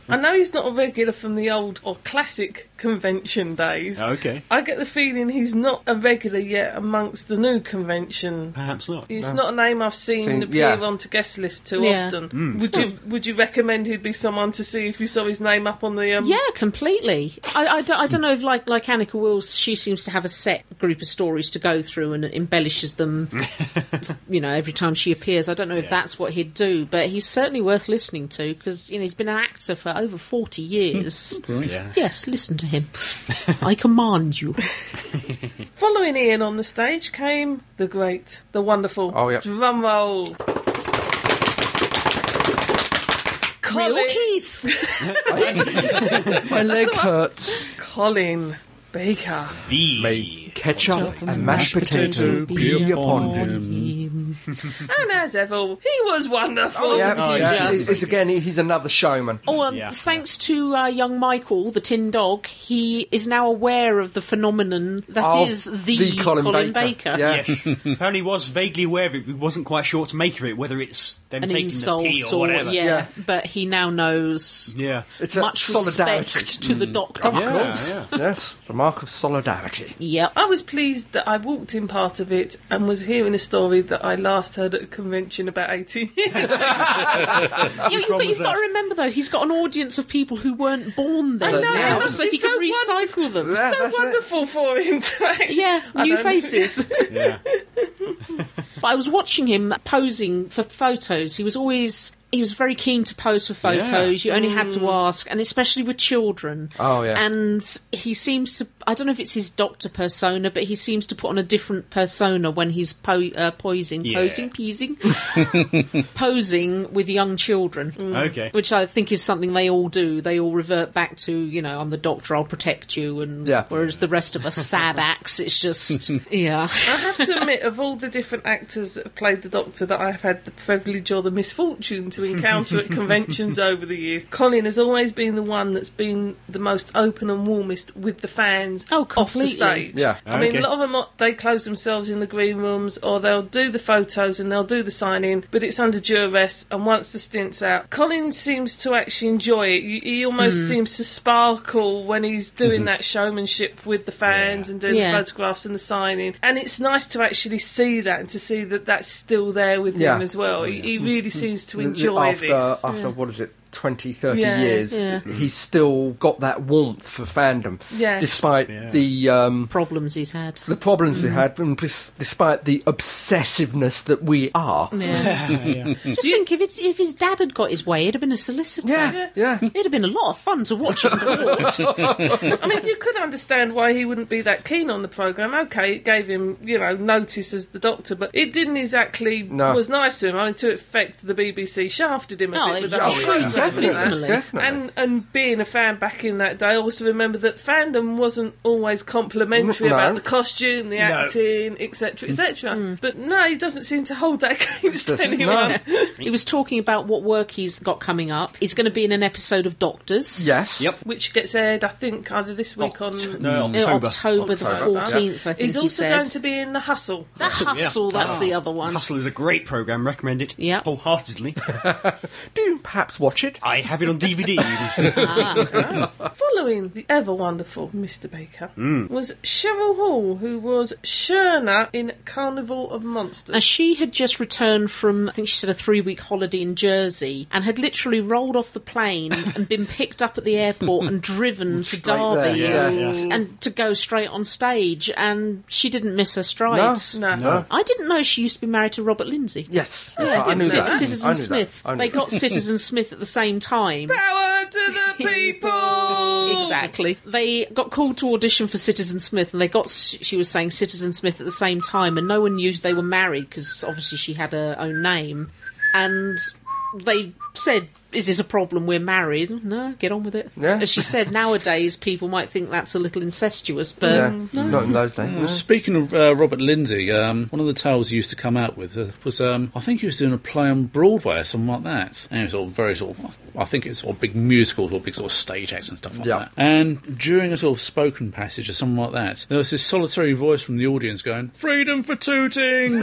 S5: I know he's not a regular from the old or classic convention days.
S4: Okay.
S5: I get the feeling he's not a regular yet amongst the new convention.
S4: Perhaps not.
S5: It's not a name I've seen
S6: Seen-
S5: appear
S6: yeah. Hmm.
S5: on to guest list too
S2: Yeah.
S5: often. Would you would you recommend he'd be someone to see if you saw his name up on the um,
S2: Yeah, completely. I, I, don't, I don't know if, like, like Annika Wills, she seems to have a set group of stories to go through and embellishes them, you know, every time she appears. I don't know if that's what he'd do, but he's certainly worth listening to because, you know, he's been an actor for over 40 years. Yes, listen to him. I command you.
S5: Following Ian on the stage came the great, the wonderful
S6: Oh, yeah.
S5: drum roll.
S2: Real
S5: Colin,
S2: Keith!
S6: My leg hurts.
S5: Colin Baker.
S4: The
S6: May ketchup and mashed potato be
S3: be upon
S6: upon him.
S5: And as ever, he was wonderful.
S2: Oh,
S6: Yeah,
S2: Wasn't he
S6: yeah.
S2: just-
S6: It's, it's again, he- he's another showman.
S2: Oh, um,
S4: Yeah.
S2: thanks to uh, young Michael, the Tin Dog, he is now aware of the phenomenon that
S6: Of
S2: is the,
S6: the Colin Baker. Yeah.
S4: Yes, apparently was vaguely aware of it. But wasn't quite sure what to make of it, whether it's them
S2: An
S4: taking
S2: insult
S4: the pee or
S2: or,
S4: whatever.
S2: yeah,
S6: Yeah.
S2: but he now knows
S4: yeah,
S6: It's a
S2: much
S6: solidarity.
S2: respect to the doctor.
S4: yeah. yeah.
S6: yes, it's a mark of solidarity.
S2: Yep.
S5: I was pleased that I walked in part of it and was hearing a story that I last heard at a convention about 18 years ago.
S2: Yeah, you,
S4: one
S2: but
S4: was
S2: you've got
S4: that?
S2: to remember though, he's got an audience of people who weren't born then,
S5: I know,
S2: now,
S5: it must
S2: so
S5: be
S2: he
S5: so
S2: can recycle them.
S6: Yeah,
S5: so
S6: that's it.
S5: wonderful for him to actually.
S2: Yeah,
S5: I
S2: new
S5: don't know.
S2: faces.
S4: yeah.
S2: But I was watching him posing for photos. He was always he was very keen to pose for photos. You only had to ask, and especially with children.
S6: Mm. Oh, yeah.
S2: And he seems to I don't know if it's his doctor persona, but he seems to put on a different persona when he's po- uh, posing,
S4: Yeah.
S2: posing, posing, posing with young children.
S6: Mm.
S2: Mm.
S4: Okay.
S2: Which I think is something they all do. They all revert back to, you know, I'm the doctor, I'll protect you, and
S6: Yeah.
S2: whereas the rest of us sad acts, it's just, yeah.
S5: I have to admit, of all the different actors that have played the Doctor that I've had the privilege or the misfortune to encounter at conventions over the years, Colin has always been the one that's been the most open and warmest with the fans.
S2: Oh,
S5: Off
S2: completely.
S5: the stage.
S6: Yeah.
S5: I mean,
S4: Okay.
S5: a lot of them, are- they close themselves in the green rooms or they'll do the photos and they'll do the sign in, but it's under duress. And once the stint's out, Colin seems to actually enjoy it. You- He almost
S2: Mm.
S5: seems to sparkle when he's doing that showmanship with the fans and doing
S2: Yeah.
S5: the photographs and the signing. And it's nice to actually see that and to see that that's still there with
S6: Yeah.
S5: him as well. He, he really seems to enjoy
S6: after
S5: this.
S6: after what is it 20 30
S5: Yeah,
S6: years
S2: yeah.
S6: he's still got that warmth for fandom
S5: Yes.
S6: despite
S4: Yeah.
S6: the um
S2: Problems he's had.
S6: the problems we had and pres- despite the obsessiveness that we are
S2: Yeah. Just think if, it, if his dad had got his way, he'd have been a solicitor.
S6: yeah yeah
S2: It'd have been a lot of fun to watch him.
S5: I mean, you could understand why he wouldn't be that keen on the program. Okay, it gave him, you know, notice as the Doctor, but it didn't exactly
S6: No.
S5: was nice to him. I mean, to effect the BBC shafted him a
S2: No,
S5: bit
S2: it
S5: with
S2: was
S5: that.
S6: Oh,
S5: whole
S2: treated
S5: program.
S6: definitely,
S2: abysmally.
S6: definitely.
S5: And and being a fan back in that day, I also remember that fandom wasn't always complimentary
S6: No. Mm.
S5: about the costume, the acting, etc., etc.
S2: Mm.
S5: But no, he doesn't seem to hold that against
S6: Does not.
S5: anyone.
S2: he was talking about what work he's got coming up. He's going to be in an episode of Doctors.
S6: yes
S4: Yep.
S5: Which gets aired, I think, either this week
S6: Oh,
S5: on
S4: Oct-
S2: Uh,
S4: no, October.
S2: October, the
S6: October, yeah.
S2: 14th, I think
S5: He's
S2: he
S5: also
S2: said.
S5: going to be in the hustle.
S2: The Hustle, that's the other one.
S4: Hustle is a great program. Recommend it
S2: Yeah.
S4: wholeheartedly.
S6: do you perhaps watch it
S4: I have it on DVD.
S6: Ah.
S5: Following the ever wonderful Mr. Baker
S6: Mm.
S5: was Cheryl Hall, who was Sherna in Carnival of
S2: Now,
S5: Monsters.
S2: she had just returned from, I think she said, a three week holiday in Jersey and had literally rolled off the plane and been picked up at the airport and driven to
S6: there,
S2: Derby
S6: yeah,
S4: yeah.
S2: and to go straight on stage. And she didn't miss her
S6: no
S2: stride.
S5: No.
S2: I didn't know she used to be married to Robert Lindsay.
S6: yes
S2: Yeah,
S6: yes, I,
S2: didn't
S6: knew
S2: see it.
S6: that. I
S2: Citizen
S6: knew
S2: Smith.
S6: that I knew
S2: They
S6: that.
S2: got Citizen Smith at the same time.
S5: Power to the people!
S2: Exactly. They got called to audition for Citizen Smith, and they got. She was saying Citizen Smith at the same time, and no one knew they were married because obviously she had her own name. And they said, "Is this a problem? We're married." No, get on with it.
S6: Yeah.
S2: As she said, nowadays people might think that's a little incestuous, but
S6: yeah. not in those days no.
S2: Mm.
S3: Speaking of uh, Robert Lindsay, um, one of the tales he used to come out with uh, was um, I think he was doing a play on Broadway or something like that. And it was all very sort of, I think it's all big musicals or big sort of stage acts and stuff like
S6: Yeah.
S3: that. And during a sort of spoken passage or something like that, there was this solitary voice from the audience going, Freedom for tooting!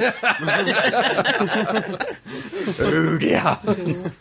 S6: oh dear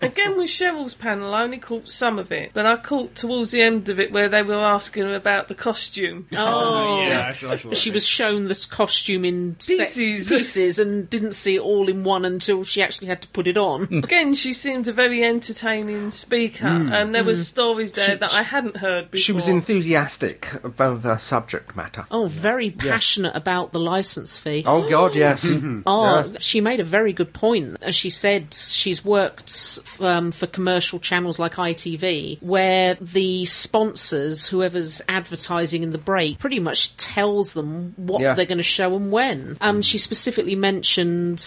S5: Again, with Cheryl's panel, I only caught some of it, but I caught towards the end of it where they were asking her about the costume.
S2: oh.
S4: yeah, that's- that's all
S2: She
S4: right.
S2: was shown this costume in set
S5: Pieces.
S2: pieces and didn't see it all in one until she actually had to put it
S6: Mm.
S2: on.
S5: Again, she seemed a very entertaining speaker, and there were stories there that I hadn't heard before.
S6: Hmm. she was enthusiastic about the subject matter
S2: Oh, very passionate about the license fee.
S6: oh god yes
S2: Oh, she made a very good point. As she said, she's worked um, for commercial channels like ITV, where the sponsors, whoever's advertising in the break, pretty much tells them what
S6: Yeah.
S2: they're going to show and when. Um, she specifically mentioned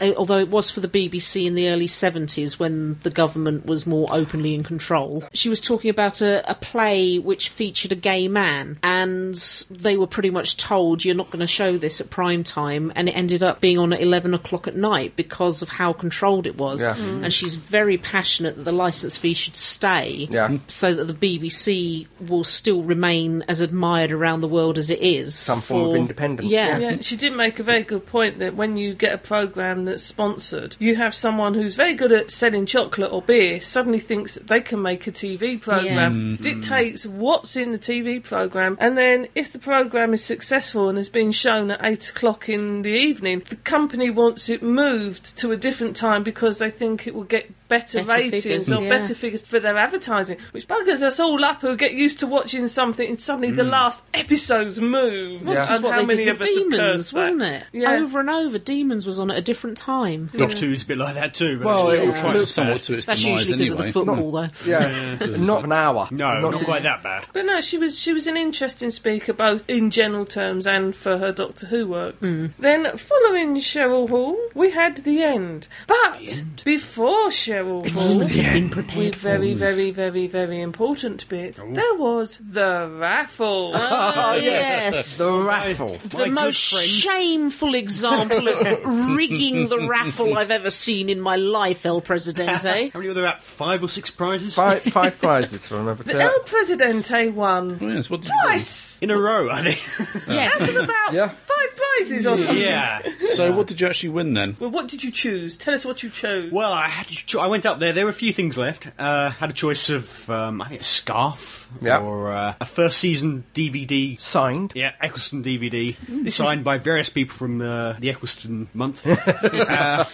S2: uh, although it was for the BBC in the early 70s when the government was more openly in control. She was talking about a, a play which featured a gay man, and they were pretty much told, You're not going to show this at prime time, and it ended up being on at 11 o'clock at night because of how controlled it was.
S6: Yeah. Mm.
S2: And she's very passionate that the license fee should stay
S6: Yeah.
S2: so that the BBC will still remain as admired around the world as it is.
S6: Some form of independence.
S2: Yeah.
S5: Yeah, she did make a very good point that when you get a program that's sponsored, you have someone who's very good at selling chocolate or beer suddenly thinks that they can make a TV program, dictates what's in the TV program, and then if the program is successful and has been shown at eight o'clock in the evening, the company wants it moved to a different time because they think it will get better,
S2: Better
S5: ratings
S2: figures,
S5: or
S2: yeah.
S5: better figures for their advertising, which buggers us all up who get used to watching something and suddenly the last episode's moved.
S2: Well, This
S5: And
S2: is what
S5: how
S2: they
S5: many
S2: did
S5: of
S2: with
S5: us have
S2: Demons,
S5: cursed that? Oh,
S2: wasn't it?
S5: Yeah.
S2: Over and over, Demons was on at a different time.
S4: Doctor Who's a bit like that too. But
S6: Well,
S4: actually
S6: it-
S4: not quite
S6: it-
S4: as
S3: somewhat
S4: bad.
S3: to its
S2: That's
S3: demise
S2: usually because
S3: anyway.
S2: of the football, though.
S6: Yeah, not an hour.
S4: No, not, quite that bad.
S5: But no, she was she was an interesting speaker both in general terms and for her Doctor Who work.
S2: Hmm.
S5: Then following Cheryl Hall, we had the end. But before Cheryl Hall,
S2: been
S5: we
S2: prepared
S5: very, very, very, very important bit. There was the raffle.
S2: Oh, yes.
S6: The raffle.
S2: The
S4: My
S2: most
S4: good friend-
S2: shameful example of rigging the raffle I've ever seen in my life, El Presidente.
S4: How many were there? About five or six prizes
S6: Five, five prizes, if I remember
S5: the El
S6: correctly.
S5: Presidente won
S3: Oh, yes, what did you do?
S5: twice.
S4: in a row. I think.
S5: Out
S2: yes.
S5: of about
S6: Yeah.
S5: five prizes or something.
S4: yeah.
S3: So, what did you actually win then?
S5: Well, what did you choose? Tell us what you chose.
S4: Well, I had to cho- I went up there. There were a few things left. Uh, had a choice of um, I think a scarf
S6: Yeah.
S4: or uh, a first season DVD.
S6: Signed.
S4: Yeah, Eccleston DVD signed by various people from uh, the Eccleston month,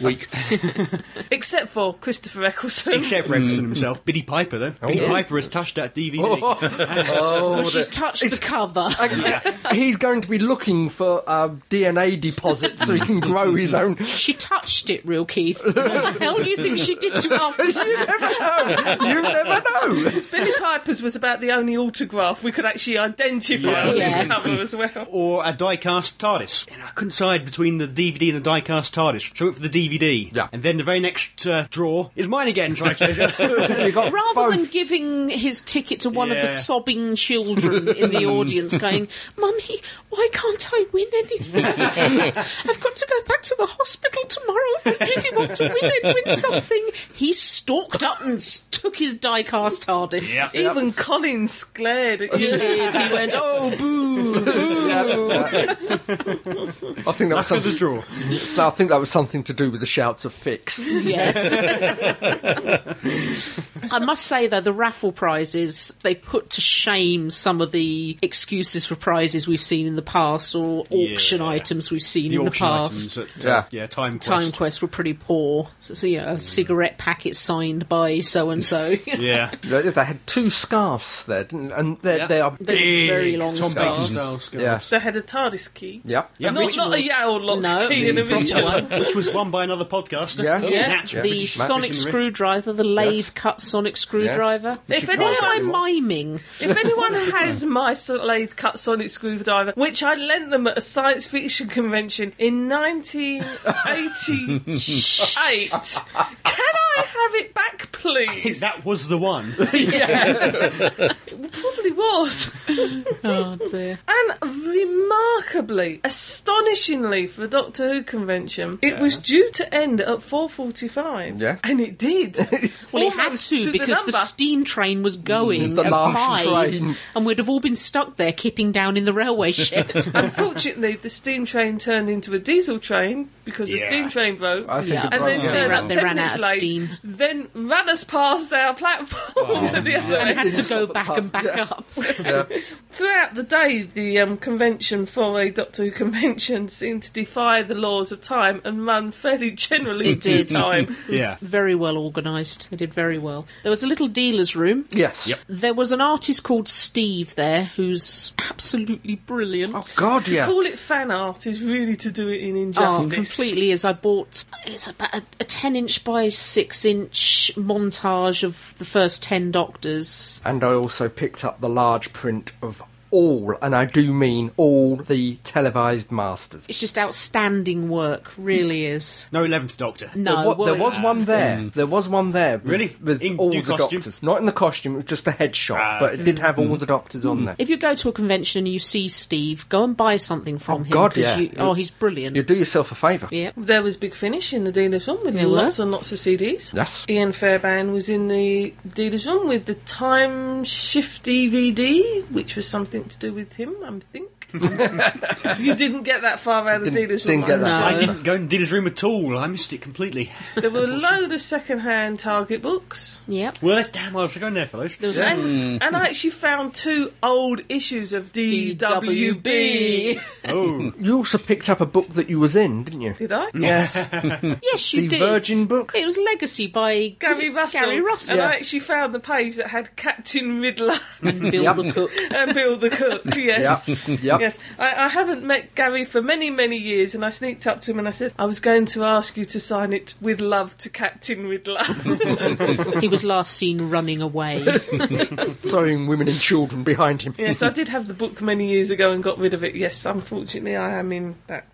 S3: Week.
S5: Except for Christopher Eccleston.
S4: except for Eccleston himself. Biddy Piper though.
S6: Oh,
S4: Biddy Piper has touched that DVD.
S2: Well, she's touched the cover.
S6: He's going to be looking for uh, DNA deposits so he can grow his own.
S2: She touched it, real Keith. what the hell do you think she did to after that?
S6: You never know.
S5: Billy Piper's was about the only autograph we could actually identify on this
S2: Yeah.
S5: cover as well.
S4: Or a diecast TARDIS. And I couldn't decide between the DVD and the diecast TARDIS, so I went for the DVD.
S6: Yeah.
S4: And then the very next uh, draw is mine again, so I chose it.
S6: You got
S2: Rather
S6: both.
S2: than giving his ticket to one of
S4: Yeah.
S2: the sobbing children in the audience, going, "Mummy, why can't I win anything? I've got to go back to the hospital tomorrow. If you want to win, and win something." He stalked up and s- took his diecast TARDIS.
S4: Yep.
S5: Even Collins glared at
S2: He
S5: you.
S2: did. He went, "Oh, boo, boo."
S6: Yeah, yeah. I think that was
S4: That's the
S6: something.
S4: draw.
S6: So I think that was something to do with the shouts of fix.
S2: Yes. I must say, though, the raffle prizes, they put to shame some of the excuses for prizes we've seen in the past or auction
S4: Yeah.
S2: items we've seen
S4: The
S2: in the
S4: auction
S2: past.
S4: items at,
S6: Yeah.
S4: uh, yeah. Time Quest.
S2: Time Quest were pretty poor. So, so, you know, a
S4: Mm.
S2: cigarette packet signed by so and so.
S4: Yeah.
S6: They they had two scarves there, didn't, and they,
S4: Yeah.
S6: they are.
S2: They were very long
S4: Tom Baker
S2: scarves.
S4: style scarves.
S6: Yeah.
S5: They had a TARDIS key.
S6: Yeah.
S4: Yeah,
S5: Not,
S4: which-
S5: not a Yale lock
S2: No,
S5: key and a
S6: the
S5: original
S6: proper-
S5: one.
S4: which was won by another podcaster.
S6: Yeah.
S4: Oh,
S6: Yeah.
S4: natural
S2: The
S4: British
S2: sonic
S4: magician.
S2: screwdriver, the lathe cut sonic screwdriver.
S5: If
S6: you
S5: any of
S6: can't
S2: Why
S5: my
S6: get
S2: am I miming?
S5: If anyone has my lathe cut sonic screwdriver, which I lent them at a science fiction convention in 1988, can I have it back,
S4: I think
S5: please?
S4: that was the one.
S5: probably was.
S2: Oh, dear.
S5: And remarkably, astonishingly for a Doctor Who convention, it was due to end at 4.45.
S6: Yes.
S5: And it did.
S2: Well, it had
S5: Almost
S2: to, because
S5: the,
S2: the,
S5: number.
S2: steam train was going
S6: The
S2: at
S6: last
S2: five,
S6: train.
S2: and we'd have all been stuck there, kipping down in the railway shed.
S5: Unfortunately, the steam train turned into a diesel train because the
S4: Yeah.
S5: steam train broke.
S6: I think
S2: Yeah.
S6: it
S5: and
S6: broke
S5: then
S6: down.
S5: turned up
S2: They
S5: 10
S2: ran
S5: minutes
S2: out of
S5: late,
S2: steam.
S5: then ran us past our platform to the other
S2: and
S5: end.
S2: had to go back and back up.
S5: Throughout the day, the um, convention for a Doctor Who convention seemed to defy the laws of time and run fairly generally
S2: It
S5: to
S2: did.
S5: time.
S4: yeah.
S2: Very well organised. They did very well. There was a little dealer's room.
S6: Yes.
S2: There was an artist called Steve there who's absolutely brilliant.
S6: Oh God,
S5: To
S6: yeah.
S5: call it fan art is really to do it in
S2: Oh,
S5: injustice.
S2: completely is. I bought it's about a, a ten inch by six inch montage of the first ten Doctors.
S6: And I also picked up the large print of all, and I do mean all the televised masters.
S2: It's just outstanding work, really is.
S4: No 11th Doctor.
S2: No,
S6: there, wa-
S2: well,
S6: there was
S2: it-
S6: one there. There was one there. With,
S4: Really?
S6: With
S4: In
S6: all
S4: new
S6: the
S4: costume?
S6: doctors. Not in the costume, it was just a headshot,
S4: Ah,
S6: but it did have all the doctors on there.
S2: If you go to a convention and you see Steve, go and buy something from
S6: Oh,
S2: him.
S6: God,
S2: 'cause
S6: yeah.
S2: you- oh, he's brilliant.
S6: You do yourself a favour.
S2: yeah.
S5: There was Big Finish in the dealer's room with
S2: There
S5: lots
S2: were.
S5: and lots of CDs.
S6: Yes.
S5: Ian Fairbairn was in the dealer's room with the Time Shift DVD, which was something to do with him, I think. you didn't get that far out of the
S6: Didn't-
S5: dealer's room.
S6: didn't get
S5: I'm
S6: that
S5: sure.
S4: I didn't go in Dilla's room at all. I missed it completely.
S5: There were a load of second-hand Target books.
S2: Yep.
S4: Well, damn, I was going there, fellows.
S2: There was
S5: And, and I actually found two old issues of DWB.
S2: DWB.
S4: Oh,
S6: You also picked up a book that you was in, didn't you?
S5: Did I?
S6: Yes.
S2: yes, you
S6: The
S2: did.
S6: Virgin book?
S2: It was Legacy by was
S5: Gary
S2: it
S5: Russell.
S2: Gary Russell.
S5: And I actually found the page that had Captain Riddler
S2: And Bill
S6: Yep.
S2: the Cook.
S5: and Bill the Cook.
S6: yep.
S5: Yes.
S6: Yep.
S5: Yes, I, I haven't met Gary for many, many years, and I sneaked up to him and I said, I was going to ask you to sign it with love to Captain Riddler.
S2: He was last seen running away.
S6: Throwing women and children behind him.
S5: yes, I did have the book many years ago and got rid of it. Yes, unfortunately, I am in that.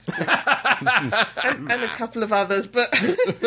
S5: and, and a couple of others, but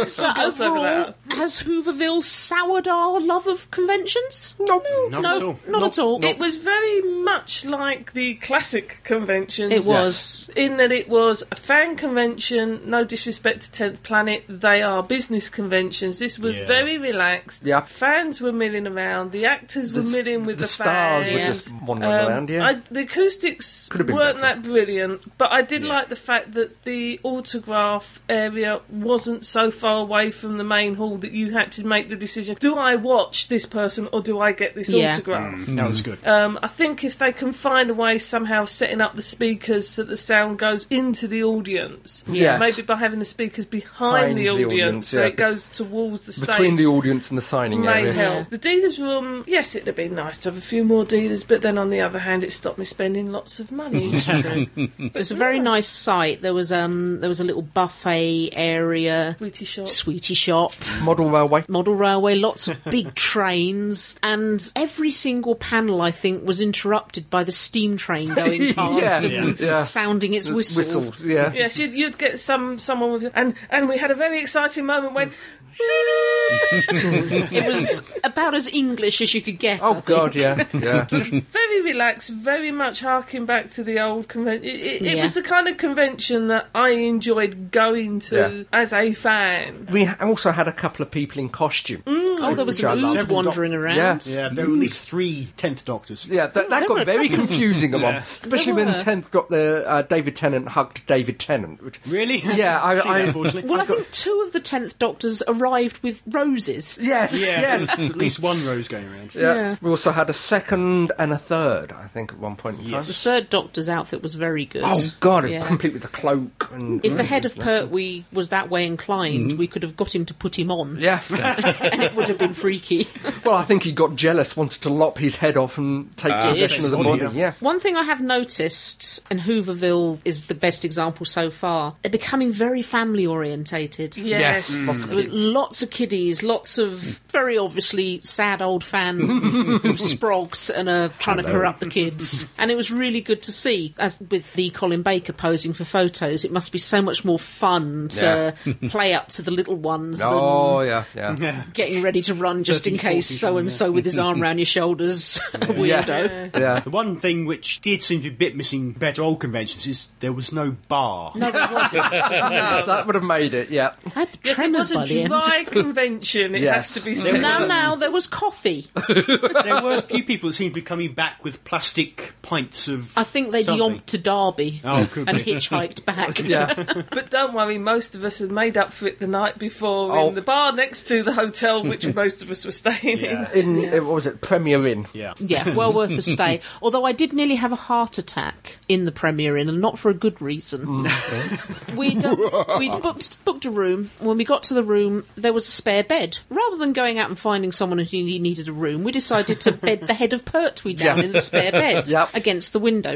S2: so
S5: gloss over
S2: overall,
S5: that.
S2: has Hooverville soured our love of conventions?
S6: No.
S4: not
S2: no,
S4: at all.
S2: not at all.
S5: it was very much like the classic conventions.
S2: It was.
S5: in that it was a fan convention. No disrespect to 10th Planet, they are business conventions. This was
S4: Yeah.
S5: very relaxed.
S6: Yeah.
S5: Fans were milling around, the actors were
S6: s-
S5: milling with
S6: the
S5: the,
S6: stars
S5: fans. Um,
S6: were just wandering around, yeah.
S5: I, the acoustics
S6: Could have been
S5: weren't
S6: better.
S5: that brilliant, but I did like the fact that the autograph area wasn't so far away from the main hall that you had to make the decision do I watch this person or do I get this
S2: Yeah.
S5: autograph?
S6: Mm.
S4: that was good.
S5: Um, I think if they can find a way somehow of setting up the speakers so the sound goes into the audience,
S6: Yes.
S5: maybe by having the speakers behind,
S6: Behind
S5: the,
S6: the
S5: audience,
S6: audience,
S5: so
S6: yeah.
S5: it goes towards the
S6: Between the
S5: stage.
S6: audience and the signing
S5: may
S6: area.
S5: help. The dealers room, yes, it'd have been nice to have a few more dealers, but then on the other hand, it stopped me spending lots of money.
S2: It was a very nice site. There was um, there was a little buffet area,
S5: Sweetie shop.
S2: sweetie shop.
S6: Model railway.
S2: model railway, lots of big trains, and every single panel, I think, was interrupted by the steam train going past
S6: Yeah,
S2: and
S6: yeah.
S2: sounding its whistle.
S6: Whistles, yeah.
S5: Yes, you'd, you'd get some someone with, and and we had a very exciting moment when
S2: It was about as English as you could get. I
S6: Oh
S2: think.
S6: god, yeah, yeah.
S5: very relaxed, very much harking back to the old convention. It, it, it
S2: Yeah.
S5: was the kind of convention that I enjoyed going to
S6: Yeah.
S5: as a fan.
S6: we ha- also had a couple of people in costume.
S2: Oh, there was
S6: Which I
S2: an ood
S6: loved.
S2: wandering around.
S6: Yeah.
S4: Yeah, there were at least three Tenth Doctors.
S6: Yeah, that, that
S2: there were a
S6: got very
S2: couple.
S6: confusing among, especially
S2: There
S6: when
S2: were.
S6: Tenth got the uh, David Tennant hugged David Tennant. Which,
S4: Really?
S6: Yeah, I-
S4: See that,
S6: I-
S4: unfortunately.
S2: Well, I think two of the tenth Doctors arrived with roses.
S6: yes,
S4: yeah,
S6: yes,
S4: there's at least one rose going around.
S6: Yeah.
S2: Yeah.
S6: We also had a second and a third, I think, at one point in time.
S2: The third Doctor's outfit was very good.
S6: Oh God!
S2: Yeah.
S6: Complete with the cloak and
S2: If the head of Pertwee was that way inclined, we could have got him to put him on,
S6: Mm. yeah.
S2: and it would have been freaky.
S6: well, I think he got jealous, wanted to lop his head off and take possession of the
S4: body,
S6: body. Yeah.
S4: yeah.
S2: One thing I have noticed, and Hooverville is the best example so far, they're becoming very family orientated.
S5: Yes. Mm.
S6: Lots of
S2: There was
S6: kids.
S2: lots of kiddies, lots of very obviously sad old fans who've sprogged and are trying to corrupt the kids. and it was really good to see. As with the Colin Baker posing for photos, it must be so much more fun to play up to the little ones than
S6: Oh yeah, yeah.
S2: getting ready to run just in
S4: 30,
S2: case
S4: 40,
S2: so and so with his arm round your shoulders, a weirdo.
S6: Yeah.
S4: The one thing which did seem to be a bit missing better old conventions is there was no bar.
S6: that would have made it. Yeah,
S2: I had the
S5: Yes, it
S2: tremors
S5: was
S2: by the
S5: a
S2: end.
S5: dry convention, it
S6: Mm. Yes.
S5: has to be
S6: There
S5: said.
S2: No, no, there was coffee.
S4: there were a few people that seemed to be coming back with plastic pints of.
S2: I think they'd
S4: something.
S2: yomped to Derby
S4: Oh, could
S2: and
S4: be.
S2: hitchhiked back.
S6: yeah.
S5: But don't worry, most of us had made up for it the night before
S6: Oh.
S5: in the bar next to the hotel, which most of us were staying in.
S4: Yeah.
S6: In it what was it Premier Inn.
S4: Yeah.
S2: Yeah, well worth a stay. Although I did nearly have a heart attack in the Premier Inn, and not for a good reason.
S6: Mm.
S2: we'd uh, we'd booked booked a room. When we got to the room, there was a spare bed. Rather than going out and finding someone who ne- needed a room, we decided to bed the head of Pertwee down
S6: Yeah.
S2: in the spare bed
S6: Yep.
S2: against the window.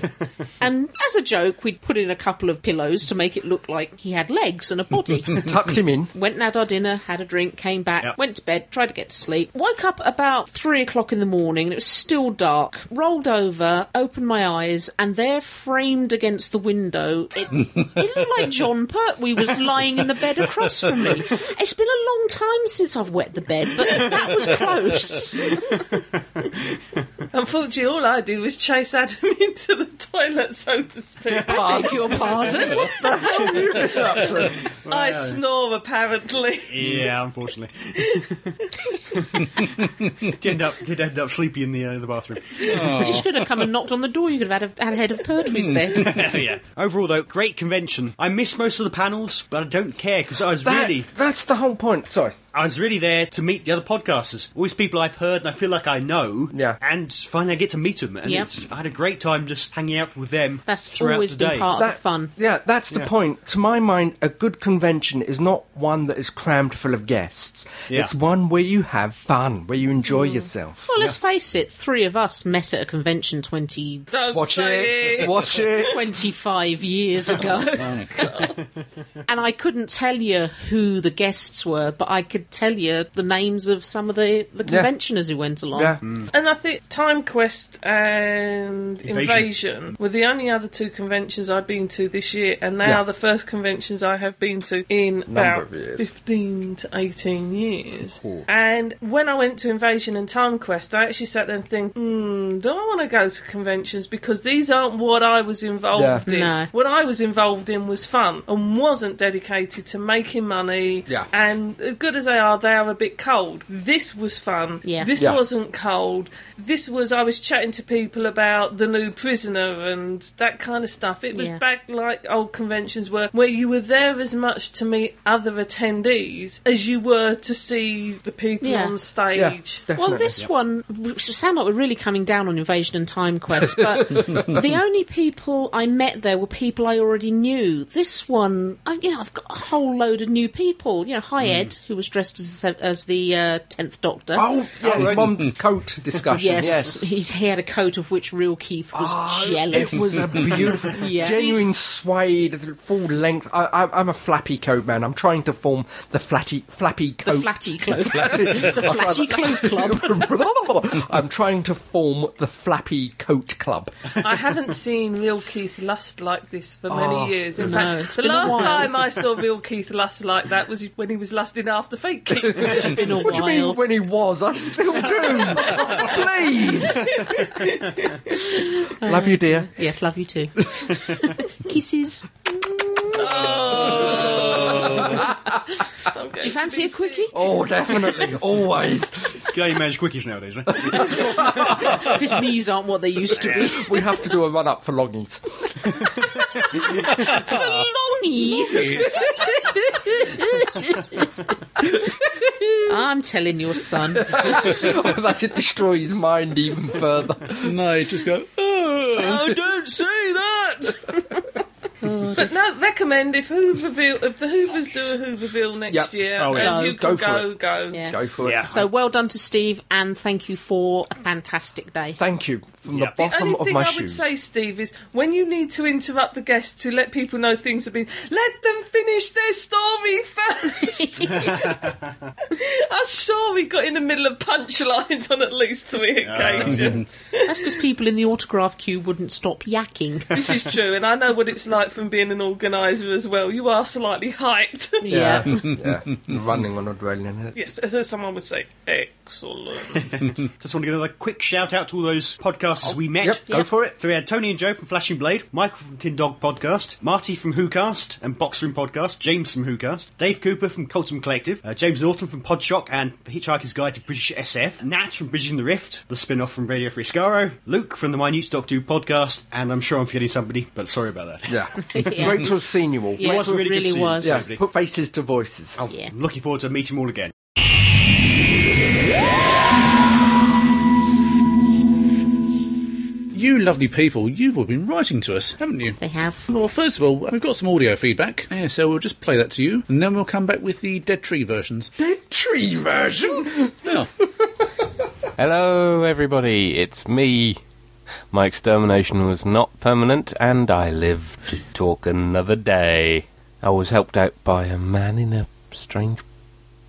S2: And as a joke, we'd put in a couple of pillows to make it look like he had legs and a body.
S6: Tucked him in.
S2: Went and had our dinner, had a drink, came back,
S4: Yep.
S2: went to bed, tried to get to sleep, woke up up about three o'clock in the morning and it was still dark. Rolled over, opened my eyes, and there, framed against the window, it, it looked like John Pertwee was lying in the bed across from me. It's been a long time since I've wet the bed, but that was close.
S5: Unfortunately, all I did was chase Adam into the toilet, so to speak.
S2: I beg your pardon.
S5: I snore, apparently.
S4: Yeah, unfortunately. did, end up, did end up sleepy in the, uh, the bathroom.
S2: You should have come and knocked on the door. You could have had a, had a head of Pertwee's bed.
S4: yeah. Overall, though, great convention. I missed most of the panels, but I don't care because I was
S6: That-
S4: really,
S6: That's the whole point. Sorry.
S4: I was really there to meet the other podcasters. All these people I've heard and I feel like I know.
S6: Yeah.
S4: And finally, I get to meet them, and
S2: Yep.
S4: it's- I had a great time just hanging out with them.
S2: That's
S4: throughout
S2: always
S4: the day.
S2: been part of Oh, the fun.
S6: Yeah, that's the
S4: Yeah.
S6: point. To my mind, a good convention is not one that is crammed full of guests.
S4: Yeah.
S6: It's one where you have fun, where you enjoy yourself.
S2: Mm. Well, let's face it, three of us met at a convention 20,
S5: Don't
S6: Watch
S5: say
S6: it. Watch it.
S2: 25 years
S6: Oh,
S2: ago. and I couldn't tell you who the guests were, but I could tell you the names of some of the, the
S6: Yeah.
S2: conventioners who went along.
S6: Yeah. Mm.
S5: And I think Time Quest and Invasion.
S4: Invasion.
S5: were the only other two conventions I've been to this year, and they
S6: Yeah.
S5: are the first conventions I have been to in about
S6: of years.
S5: 15 to 18 years. And when I went to Invasion and Time Quest, I actually sat there and think, hmm, do I want to go to conventions? Because these aren't what I was involved
S6: Yeah.
S5: in.
S2: No.
S5: What I was involved in was fun and wasn't dedicated to making money.
S6: Yeah.
S5: And as good as they are, they are a bit cold. This was fun.
S2: Yeah.
S5: This
S6: Yeah.
S5: wasn't cold. This was I was chatting to people about the new prisoner and that kind of stuff. It was
S2: Yeah.
S5: back like old conventions were, where you were there as much to meet other attendees as you were to see the people
S2: Yeah.
S5: on
S6: Yeah,
S5: stage.
S2: Well,
S6: definitely.
S2: this one we sound like we're really coming down on Invasion and Time Quest, but the only people I met there were people I already knew. This one, I, you know, I've got a whole load of new people. You know,
S6: Hmm.
S2: hi Ed, who was dressed as as the uh, tenth Doctor.
S6: Oh, yes,
S4: Alright.
S6: mom coat discussion.
S2: yes,
S6: Yes.
S2: He's, he had a coat of which real Keith was
S6: Oh,
S2: jealous.
S6: It was a beautiful,
S2: Yeah.
S6: genuine suede, full length. I, I, I'm a flappy coat man. I'm trying to form the flatty, flappy
S2: the
S6: coat.
S2: flatty cloak.
S6: Flatty,
S2: flatty cloak club.
S6: I'm trying to form the flappy coat club.
S5: I haven't seen real Keith Lust like this for many years. In
S2: No,
S5: fact,
S2: it's
S5: the
S2: been a
S5: last
S2: while.
S5: time I saw real Keith Lust like that was when he was lusting after fake Keith.
S2: It's been a
S6: What do you mean
S2: while.
S6: when he was? I still do. Please. Love you, dear.
S2: Yes, love you too. Kisses.
S5: Oh.
S2: Do
S5: I'm going
S2: you
S5: to
S2: fancy
S5: be
S2: a quickie?
S6: Oh, definitely. Always.
S4: Can you manage quickies nowadays? eh? Right?
S2: His knees aren't what they used to be.
S6: We have to do a run up for longies.
S2: Longies. I'm telling your son.
S6: that it destroy his mind even further.
S3: No, you just go.
S5: Oh, don't say that. but no, recommend if Hooverville, if the Hoovers do a Hooverville next
S6: Yep.
S5: year,
S4: Oh, yeah.
S5: and you
S6: Go.
S5: can
S6: Go for
S5: go,
S6: it.
S5: go.
S2: Yeah.
S6: Go for it.
S4: yeah.
S2: So well done to Steve, and thank you for a fantastic day.
S6: Thank you from
S4: Yeah.
S6: the
S5: The
S6: bottom
S5: only
S6: of
S5: thing
S6: my
S5: I would
S6: shoes.
S5: say, Steve, is when you need to interrupt the guests to let people know things have been, let them finish their story first. I'm sure we got in the middle of punchlines on at least three occasions.
S2: That's because people in the autograph queue wouldn't stop yakking.
S5: this is true, and I know what it's like from being an organizer as well. You are slightly hyped.
S6: yeah, yeah. running on adrenaline.
S5: yes, as as someone would say, excellent.
S4: Just want to give a quick shout out to all those podcasters we met.
S6: Oh, Yep, go for it.
S4: So we had Tony and Joe from Flashing Blade, Michael from Tin Dog Podcast, Marty from WhoCast and Boxroom Podcast, James from WhoCast, Dave Cooper from Colton Collective, uh, James Norton from Podshock and The Hitchhiker's Guide to British SF, Nat from Bridging the Rift, the spin off from Radio Free Scaro, Luke from the Minute Doctor Who Podcast, and I'm sure I'm forgetting somebody, but sorry about that.
S6: Yeah.
S2: Yeah.
S6: Great to have seen you all.
S2: Yeah,
S4: was
S2: it
S4: really good
S2: really
S4: seeing you.
S2: was.
S6: Yeah,
S4: Lovely.
S6: put faces to voices.
S2: Yeah.
S4: I'm looking forward to meeting them all again.
S3: You lovely people, you've all been writing to us, haven't you?
S2: They have.
S3: Well, first of all, we've got some audio feedback, yeah, so we'll just play that to you, and then we'll come back with the Dead Tree versions.
S6: Tree version.
S3: Yeah.
S8: Hello, everybody. It's me. My extermination was not permanent, and I live to talk another day. I was helped out by a man in a strange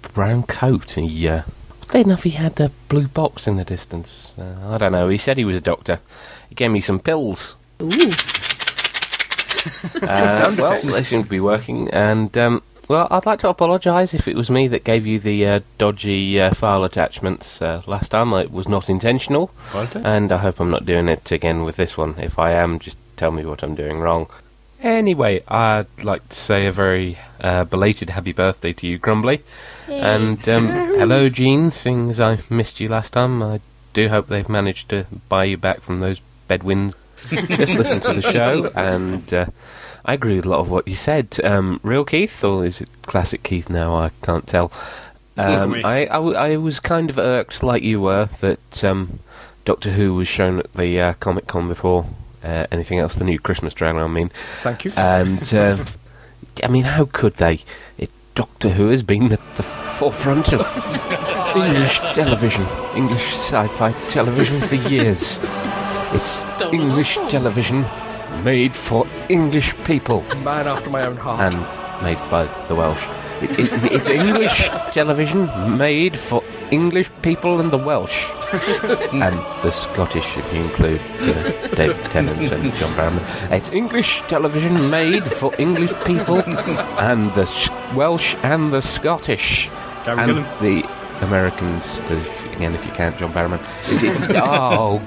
S8: brown coat. He uh, Oddly enough, he had a blue box in the distance. Uh, I don't know. He said he was a doctor. He gave me some pills.
S2: Ooh.
S8: Uh, well, they seem to be working. And um, well, I'd like to apologise if it was me that gave you the uh, dodgy uh, file attachments uh, last time. It was not intentional, and I hope I'm not doing it again with this one. If I am, just tell me what I'm doing wrong. Anyway, I'd like to say a very uh, belated happy birthday to you, Grumbly. And um, hello, Jean. Seeing as I missed you last time, I do hope they've managed to buy you back from those bedwins. Just listen to the show, and uh, I agree with a lot of what you said. Um, Real Keith, or is it classic Keith now? I can't tell. Um,
S4: Welcome.
S8: I, I, w- I was kind of irked, like you were, that um, Doctor Who was shown at the uh, Comic Con before uh, anything else, the new Christmas dragon, I mean.
S6: Thank you.
S8: And uh, I mean, how could they? It, Doctor Who has been at the forefront of English television, English sci-fi television for years. It's
S2: Stolen our
S8: English
S2: soul.
S8: television made for English people
S6: Man after my own heart.
S8: and made by the Welsh. It, it, it's English television made for English people and the Welsh. and the Scottish, if you include uh, David Tennant and John Barrowman. It's English television made for English people and the Sh- Welsh and the Scottish.
S4: Darren
S8: and
S4: Gillan.
S8: the Americans, if, again, if you count John Barrowman. It- it- oh,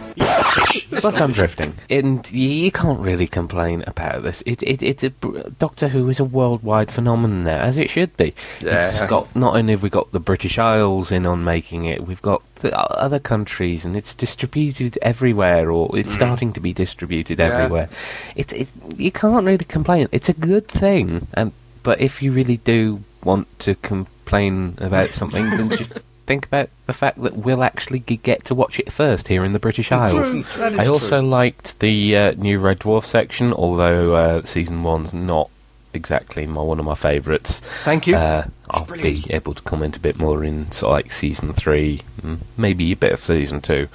S8: but I'm drifting, and you can't really complain about this. It, it, it's a br- Doctor Who is a worldwide phenomenon now, as it should be. It's
S6: Yeah.
S8: got not only have we got the British Isles in on making it, we've got the o- other countries, and it's distributed everywhere, or
S6: Mm.
S8: it's starting to be distributed everywhere. It's it, you can't really complain. It's a good thing, and but if you really do want to complain about something, then just think about the fact that we'll actually g- get to watch it first here in the British Isles.
S6: True, that is
S8: I also
S6: true.
S8: liked the uh, new Red Dwarf section, although uh, season one's not exactly my one of my favourites.
S6: Thank you.
S8: Uh, I'll
S4: brilliant.
S8: be able to comment a bit more in sort of like season three, mm, maybe a bit of season two.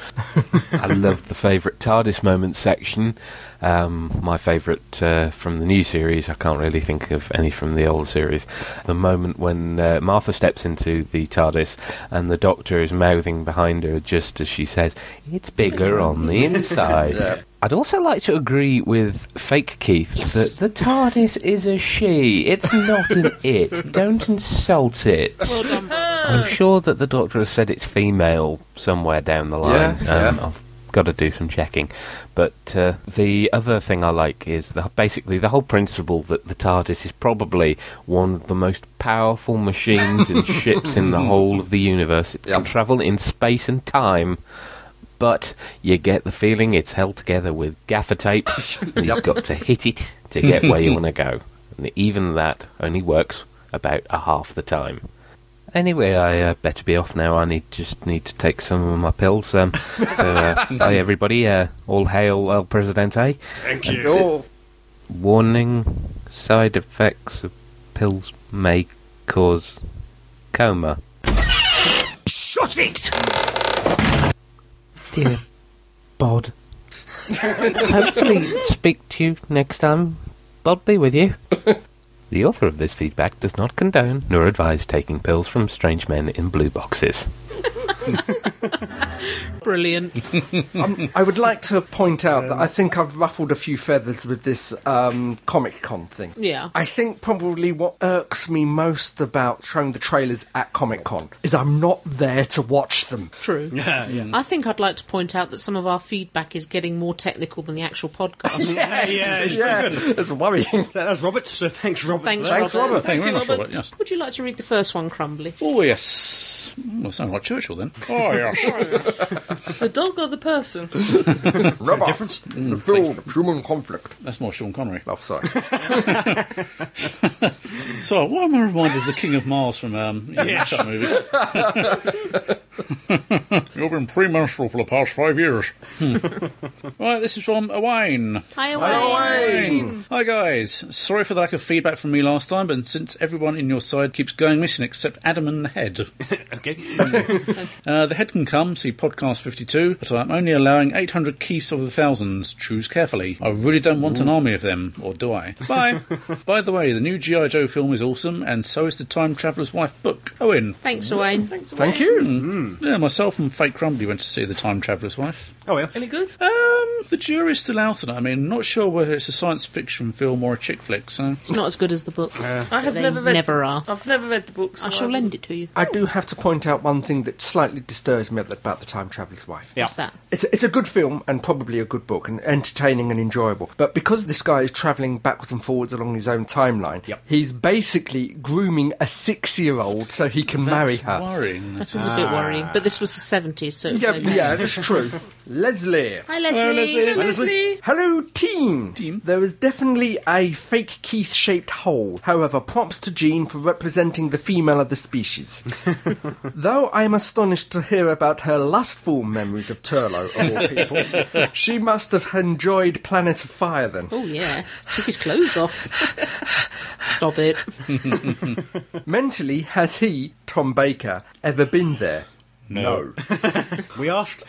S8: I love the favourite TARDIS moment section. Um, my favourite uh, from the new series, I can't really think of any from the old series. The moment when uh, Martha steps into the TARDIS and the Doctor is mouthing behind her just as she says, It's bigger on the inside.
S6: Yeah.
S8: I'd also like to agree with fake Keith
S2: Yes.
S8: that the TARDIS is a she. It's not an it. Don't insult it.
S2: Well done, brother.
S6: Ah.
S8: I'm sure that the doctor has said it's female somewhere down the line.
S6: Yeah,
S8: um,
S6: yeah.
S8: I've got to do some checking. But uh, the other thing I like is the, basically the whole principle that the TARDIS is probably one of the most powerful machines and ships in the whole of the universe. It can
S6: Yep.
S8: travel in space and time. But you get the feeling it's held together with gaffer tape. and You've got to hit it to get where you want to go. And even that only works about a half the time. Anyway, I uh, better be off now. I need just need to take some of my pills. Um, so, uh, bye everybody. Uh, all hail El Presidente.
S4: Thank you.
S6: Oh,
S8: Warning: side effects of pills may cause coma.
S9: Shut it!
S8: Dear Bod. Hopefully, speak to you next time. Bod be with you. The author of this feedback does not condone nor advise taking pills from strange men in blue boxes.
S2: Brilliant.
S6: I would like to point out
S4: Um,
S6: that I think I've ruffled a few feathers with this um, Comic Con thing.
S2: Yeah.
S6: I think probably what irks me most about showing the trailers at Comic Con is I'm not there to watch them.
S2: True.
S4: Yeah, yeah.
S2: I think I'd like to point out that some of our feedback is getting more technical than the actual podcast.
S4: yeah, it's
S6: yeah,
S4: pretty
S6: it's worrying.
S4: That was Robert, so thanks, Robert.
S2: Thanks,
S4: for that.
S6: Thanks, Robert.
S3: Thank you very much, Robert. Yes.
S2: Would you like to read the first one, Crumbly?
S3: Oh, yes. Mm, I sound like Churchill then.
S7: Oh, yes.
S5: The dog or the person?
S6: Rubber.
S4: difference?
S6: The field of human conflict.
S3: That's more Sean Connery.
S6: Oh, sorry.
S3: So, why am I reminded of the King of Mars from um, you know,
S4: Yes.
S3: that movie? You've been premenstrual for the past five years. right, this is from Owain.
S2: Hi,
S3: Hi guys. Sorry for the lack of feedback from me last time, but since everyone in your side keeps going missing except Adam and the head,
S4: Okay.
S3: uh, the head can come. See podcast fifty-two. But I'm only allowing eight hundred keefs of the thousands. Choose carefully. I really don't want an army of them, or do I? Bye. By the way, the new GI Joe film is awesome, and so is the Time Traveler's Wife book. Owen,
S2: Thanks, Owain.
S6: Thank you.
S3: Yeah, myself and Fake Crumbly went to see The Time Traveller's Wife.
S4: Oh, yeah.
S5: Any good?
S3: Um, the jury's still out on it. I mean, not sure whether it's a science fiction film or a chick flick, so.
S2: It's not as good as the book.
S5: I have
S2: they
S5: never read.
S2: never are.
S5: I've never read the books.
S2: I shall lend it to you.
S6: I do have to point out one thing that slightly disturbs me about The Time Traveller's Wife.
S4: Yeah.
S2: What's that?
S6: It's a, it's a good film and probably a good book and entertaining and enjoyable. But because this guy is travelling backwards and forwards along his own timeline,
S4: Yep.
S6: he's basically grooming a six year old so he can marry
S3: That's
S6: her.
S3: Worrying.
S2: That is a
S3: Ah.
S2: bit worrying. But this was the seventies, so it's
S6: Yeah,
S2: okay.
S6: yeah, that's true. Leslie.
S2: Hi, Leslie.
S5: Leslie.
S6: Hello, team.
S3: Team.
S6: There is definitely a fake Keith shaped hole. However, props to Jean for representing the female of the species. Though I am astonished to hear about her lustful memories of Turlo, of all people, she must have enjoyed Planet of Fire then.
S2: Oh yeah, took his clothes off. Stop it.
S6: Mentally, has he, Tom Baker, ever been there? No.
S4: We asked.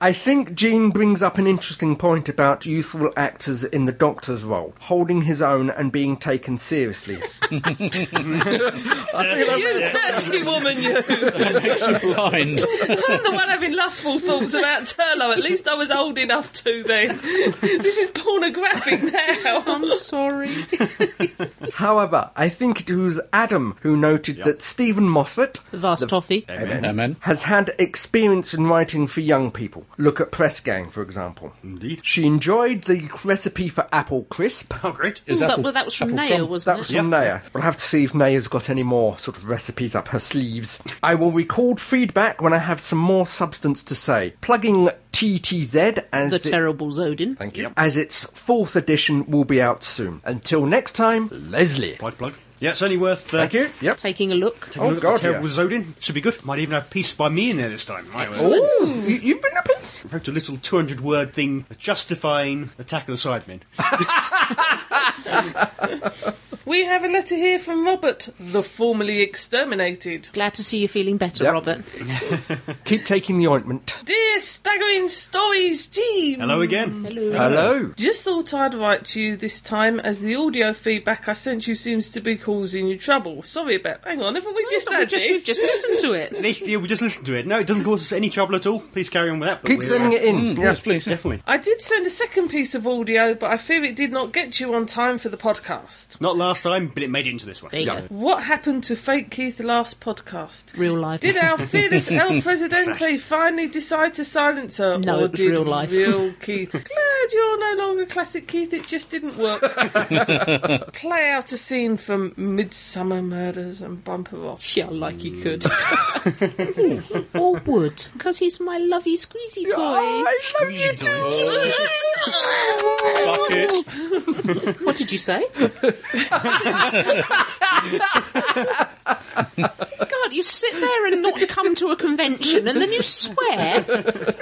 S6: I think Jean brings up an interesting point about youthful actors in the Doctor's role, holding his own and being taken seriously.
S5: You dirty woman, you!
S3: blind.
S5: I'm the one having lustful thoughts about Turlo. At least I was old enough to then. this is pornographic now.
S2: I'm sorry.
S6: However, I think it was Adam who noted that Stephen Moffat
S2: Vast toffee.
S3: Amen.
S6: has had experience in writing for young people. Look at Press Gang, for example.
S4: Indeed.
S6: She enjoyed the recipe for apple crisp. Um,
S4: Oh, great.
S3: Is
S2: Ooh, that,
S3: apple-
S2: well, that was from
S3: apple
S2: Naya,
S3: crumb?
S2: wasn't
S6: That was
S2: it?
S6: from Naya. We'll have to see if Naya's got any more sort of recipes up her sleeves. I will record feedback when I have some more substance to say. Plugging TTZ as
S2: The
S6: it-
S2: terrible Zodin.
S6: Thank you. As its fourth edition will be out soon. Until next time, Leslie.
S4: Plug, plug. Yeah, it's only worth. Uh,
S6: Thank you. Yep.
S2: Taking a look.
S4: Taking a
S6: Oh,
S4: look
S6: God,
S4: at the terrible
S6: yes.
S4: Zodin. Should be good. Might even have Peace by Me in there this time. Might well.
S6: Ooh, you, you've been a piece.
S4: I wrote a little 200 word thing justifying Attack of the Sidemen.
S5: We have a letter here from Robert, the formerly exterminated.
S2: Glad to see you feeling better,
S6: Yep.
S2: Robert.
S6: Keep taking the ointment.
S5: Dear Staggering Stories team!
S4: Hello again.
S6: Hello.
S5: Just thought I'd write to you this time as the audio feedback I sent you seems to be causing you trouble. Sorry about. Hang on, haven't we just
S2: we
S5: had
S2: just,
S5: this?
S2: we've just listened to it.
S4: This- yeah, we just listened to it. No, it doesn't cause us any trouble at all. Please carry on with that. but
S6: Keep
S4: we're,
S6: sending
S4: uh,
S6: it in. Yeah. Mm.
S3: Yes, please.
S4: Definitely.
S5: I did send a second piece of audio, but I fear it did not get you on time for the podcast.
S4: Not last time, but it made it into this one.
S2: There you go.
S5: What happened to Fake Keith last podcast?
S2: Real life.
S5: Did our fearless El Presidente finally decide to silence her?
S2: No,
S5: or
S2: it was
S5: did
S2: real life.
S5: Real Keith. Glad you're no longer classic Keith, it just didn't work. Play out a scene from Midsummer Murders and Bumper Off.
S2: Yeah, like you could. or would, because he's my lovey squeezy toy.
S6: Oh, I love you too.
S2: what did you say? God, you sit there and not come to a convention, and then you swear.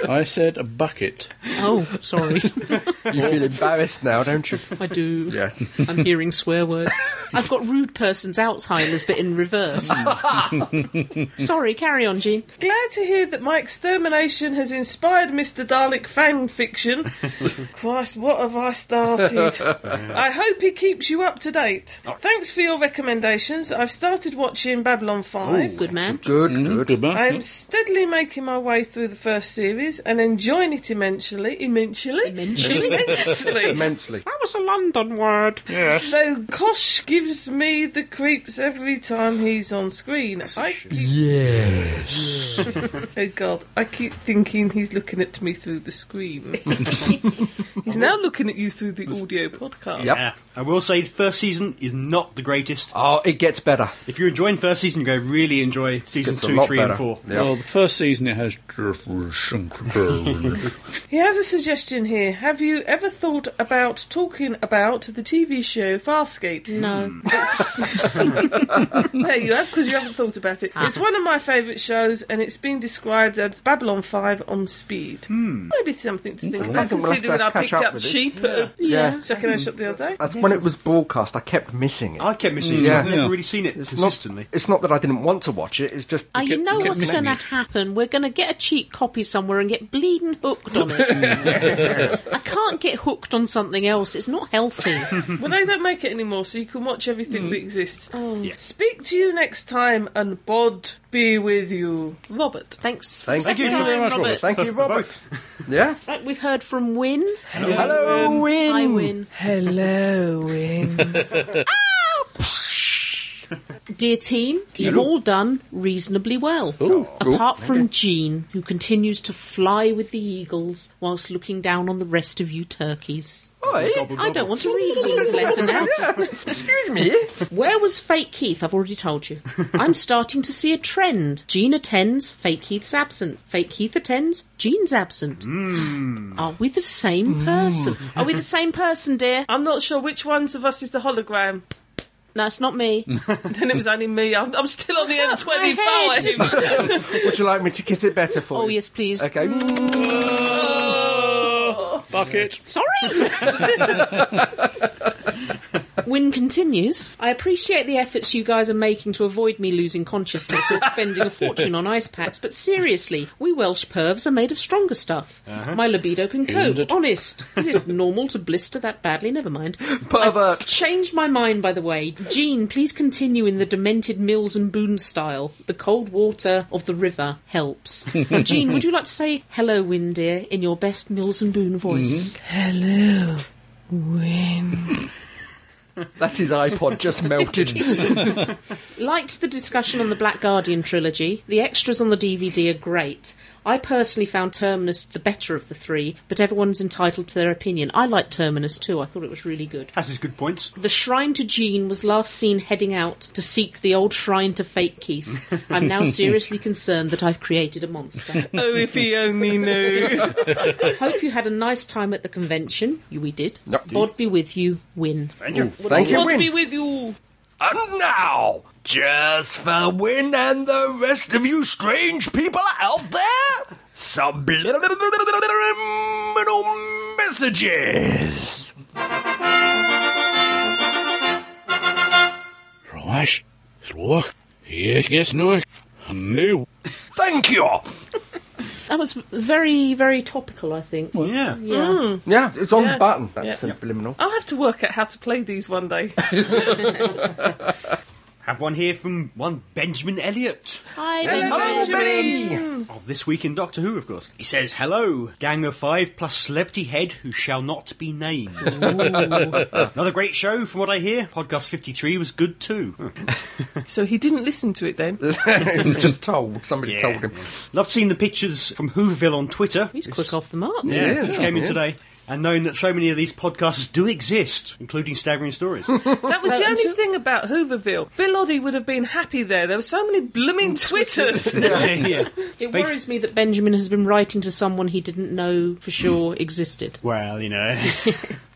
S3: I said a bucket.
S2: Oh, sorry,
S6: You feel embarrassed now, don't you? Mm-hmm.
S2: I do.
S6: Yes.
S2: I'm hearing swear words. I've got rude person's Alzheimer's, but in reverse. sorry, carry on, Jean.
S5: Glad to hear that my extermination has inspired Mr. Dalek fan fiction. Christ, what have I started? I hope he keeps you up to date. Thanks for your recommendations. I've started watching Babylon 5.
S2: Good man.
S6: Good, Mm-hmm. good.
S3: man.
S5: I am steadily making my way through the first series and enjoying it immensely. Immensely?
S2: Immensely?
S5: immensely.
S6: Immensely.
S2: That was a London word.
S5: Though Kosh gives me the creeps every time he's on screen. I keep,
S6: Yes.
S5: oh god, I keep thinking he's looking at me through the screen. he's now looking at you through the audio podcast.
S6: Yep.
S4: Yeah. Uh, I will say the first season is not the greatest.
S6: Oh, it gets better.
S4: If you're enjoying first season, you're going to really enjoy season
S6: Gets a
S4: two,
S6: lot
S4: three,
S6: better.
S4: and four.
S6: Yeah.
S3: Well, the first season it has. I've
S5: He has a suggestion here. Have you ever thought about talking about the TV show Farscape?
S2: No.
S5: There you have, because you haven't thought about it. It's one of my favourite shows, and it's been described as Babylon 5 on speed. Maybe something to think
S6: I
S5: about,
S6: think Hmm. we'll have to
S5: considering I
S6: catch
S5: picked
S6: up
S5: up
S6: with it.
S5: sheep at a
S6: Yeah.
S5: second-hand shop the other day.
S6: That's when it was broadcast. I kept missing it.
S4: I kept missing it.
S6: Yeah.
S4: I've never
S3: Yeah.
S4: really seen it
S6: it's
S4: consistently.
S6: Not, it's not that I didn't want to watch it. It's just
S2: Ah, you
S3: kept-
S2: know
S3: kept
S2: what's
S3: missing
S2: going to
S3: it.
S2: happen? We're going to get a cheap copy somewhere and get bleeding hooked on it. I can't get hooked on something else. It's It's not healthy.
S6: Mm.
S5: Well, they don't make it anymore, so you can watch everything that exists.
S4: Yeah.
S5: Speak to you next time, and bod be with you, Robert.
S2: Thanks.
S6: Thank
S2: for the
S6: you
S2: second
S4: very
S2: time,
S4: much,
S2: Robert.
S4: Robert.
S6: Thank you, Robert. yeah.
S2: Right, we've heard from Win.
S6: Hello, Win.
S2: I win.
S5: Hello, Win.
S2: Dear team, you've all done reasonably well. Apart from Jean, who continues to fly with the eagles whilst looking down on the rest of you turkeys.
S6: Oi.
S2: I don't want to read Win's letter now.
S6: Excuse me.
S2: Where was Fake Keith? I've already told you. I'm starting to see a trend. Jean attends, Fake Keith's absent. Fake Keith attends, Jean's absent. Are we the same person? Are we the same person, dear?
S5: I'm not sure which ones of us is the hologram.
S2: No, it's not me.
S5: Then it was only me. I'm, I'm still on the
S2: my
S5: M25.
S6: Would you like me to kiss it better for you?
S2: Oh, yes, please. Mm.
S6: Okay.
S3: Bucket.
S2: Sorry! Wynne continues. I appreciate the efforts you guys are making to avoid me losing consciousness or spending a fortune on ice packs, but seriously, we Welsh pervs are made of stronger stuff. My libido can cope. Honest. Is it normal to blister that badly? Never mind.
S6: Pervert.
S2: Changed my mind, by the way. Jean, please continue in the demented Mills and Boone style. The cold water of the river helps. Jean, would you like to say hello, Wynne, dear, in your best Mills and Boone voice?
S5: Hello, Win.
S6: That is iPod just melted.
S2: Liked the discussion on the Black Guardian trilogy. The extras on the DVD are great. I personally found Terminus the better of the three, but everyone's entitled to their opinion. I liked Terminus too, I thought it was really good.
S4: Has his good points.
S2: The shrine to Jean was last seen heading out to seek the old shrine to fake Keith. I'm now seriously concerned that I've created a monster.
S5: Oh, if he only knew.
S2: Hope you had a nice time at the convention. You we did.
S6: Yep.
S2: God be with you, win.
S4: Thank you.
S6: Thank you,
S5: God be
S6: Win.
S5: with you.
S9: And now, just for Win and the rest of you strange people out there, subliminal messages.
S3: Right. Look. Here is no new.
S9: Thank you.
S2: That was very, very topical, I think.
S4: Yeah.
S2: Yeah.
S6: Yeah, it's on the button. That's
S5: Yeah.
S6: subliminal.
S5: I'll have to work out how to play these one day.
S4: Have one here from one Benjamin Elliott.
S2: Hi, Benjamin.
S4: Of This Week in Doctor Who, of course. He says, Hello, Gang of Five plus Celebrity Head who shall not be named. Another great show, from what I hear. Podcast 53 was good too.
S5: so he didn't listen to it then.
S6: it was just told. Somebody
S4: Yeah.
S6: told him.
S4: Loved seeing the pictures from Hooverville on Twitter.
S2: He's quick off the mark.
S4: Yeah,
S6: Yeah,
S4: this came in
S6: yeah.
S4: today. And knowing that so many of these podcasts do exist, including Staggering Stories.
S5: That was the only thing about Hooverville. Bill Oddie would have been happy there. There were so many blooming Twitters.
S4: yeah.
S2: It worries me that Benjamin has been writing to someone he didn't know for sure
S6: Mm.
S2: existed.
S4: Well, you know.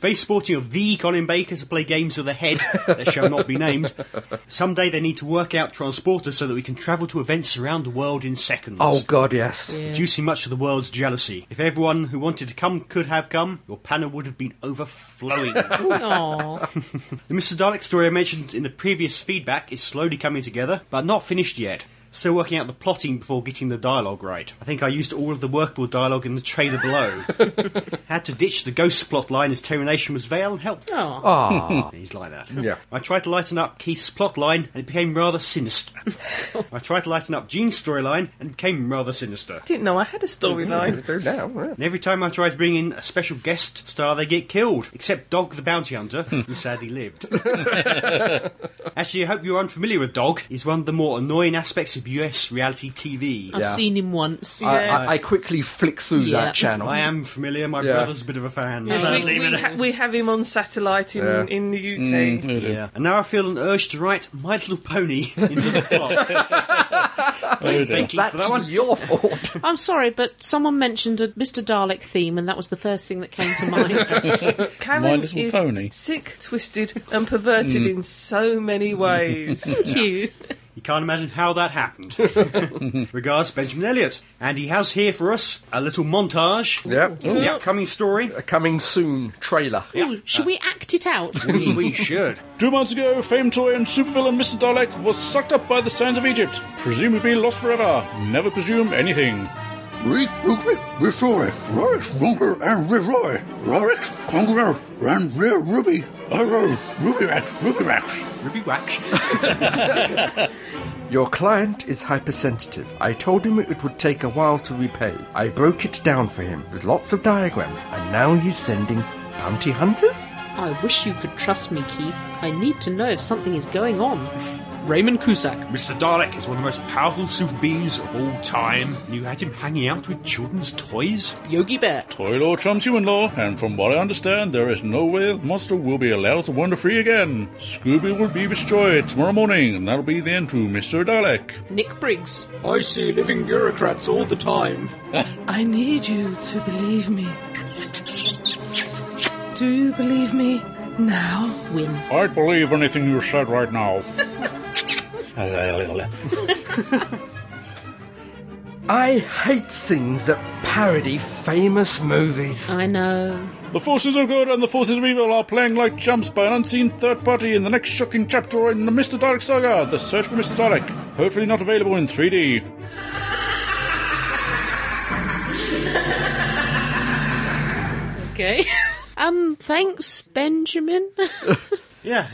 S4: Very sporting of the Colin Baker to play games with a head that shall not be named. Someday they need to work out transporters so that we can travel to events around the world in seconds.
S6: Oh God, yes.
S4: Reducing much of the world's jealousy. If everyone who wanted to come could have come, your panel would have been overflowing. the
S2: Aww.
S4: Mr. Dalek story I mentioned in the previous feedback is slowly coming together, but not finished yet. Still working out the plotting before getting the dialogue right. I think I used all of the workable dialogue in the trailer below. Had to ditch the ghost plot line as termination was very unhelpful.
S2: Aww.
S4: He's like that.
S6: Yeah.
S4: I tried to lighten up Keith's plotline and it became rather sinister. I tried to lighten up Jean's storyline and it became rather sinister.
S5: didn't know I had a storyline.
S6: Do now. yeah.
S4: And every time I try to bring in a special guest star, they get killed. Except Dog the Bounty Hunter, who sadly lived. Actually, I hope you're unfamiliar with Dog. He's one of the more annoying aspects of US reality TV.
S2: I've
S6: Yeah.
S2: seen him once.
S6: I,
S5: Yes.
S6: I, I quickly flick through
S2: Yeah.
S6: that channel.
S4: I am familiar. My
S6: Yeah.
S4: brother's a bit of a fan.
S5: We,
S4: Sadly,
S5: we,
S4: but-
S5: ha- we have him on satellite in,
S6: Yeah.
S5: in the UK.
S3: Mm.
S4: Yeah. And now I feel an urge to write My Little Pony into the plot. Thank you
S6: That's
S4: for that one.
S6: your fault.
S2: I'm sorry, but someone mentioned a Mr. Dalek theme, and that was the first thing that came to mind.
S5: Karen
S3: My Little
S5: is
S3: Pony. Mm.
S5: sick, twisted, and perverted in so many ways.
S2: Cute.
S4: You can't imagine how that happened. Regards, Benjamin Elliott. And he has here for us a little montage.
S6: yeah.
S4: of The upcoming story.
S6: A coming soon trailer.
S2: Ooh, should we act it out?
S4: We, we should.
S3: Two months ago, famed toy and supervillain Mr. Dalek was sucked up by the sands of Egypt, presumably lost forever. Never presume anything.
S10: Reed Rugby Viceroy, Rorix Conqueror and Viceroy, Rorix Conqueror and Rear Ruby, Oh, Iro, Ruby Rax, Ruby Rax.
S4: Ruby Wax.
S6: Your client is hypersensitive. I told him it would take a while to repay. I broke it down for him with lots of diagrams, and now he's sending bounty hunters?
S2: I wish you could trust me, Keith. I need to know if something is going on. Raymond Cusack.
S4: Mr. Dalek is one of the most powerful super beings of all time, and you had him hanging out with children's toys?
S2: Yogi Bear.
S3: Toy law trumps human law, and from what I understand, there is no way the monster will be allowed to wander free again. Scooby will be destroyed tomorrow morning, and that'll be the end to Mr. Dalek.
S2: Nick Briggs.
S9: I see living bureaucrats all the time.
S5: I need you to believe me. Do you believe me now?
S2: Win.
S3: I'd believe anything you said right now.
S6: I hate scenes that parody famous movies.
S2: I know.
S3: the forces of good and the forces of evil are playing like chumps by an unseen third party in the next shocking chapter in the Mr. Dalek saga, The Search for Mr. Dalek. Hopefully not available in 3D.
S2: Okay. Um, thanks, Benjamin.
S4: Yeah.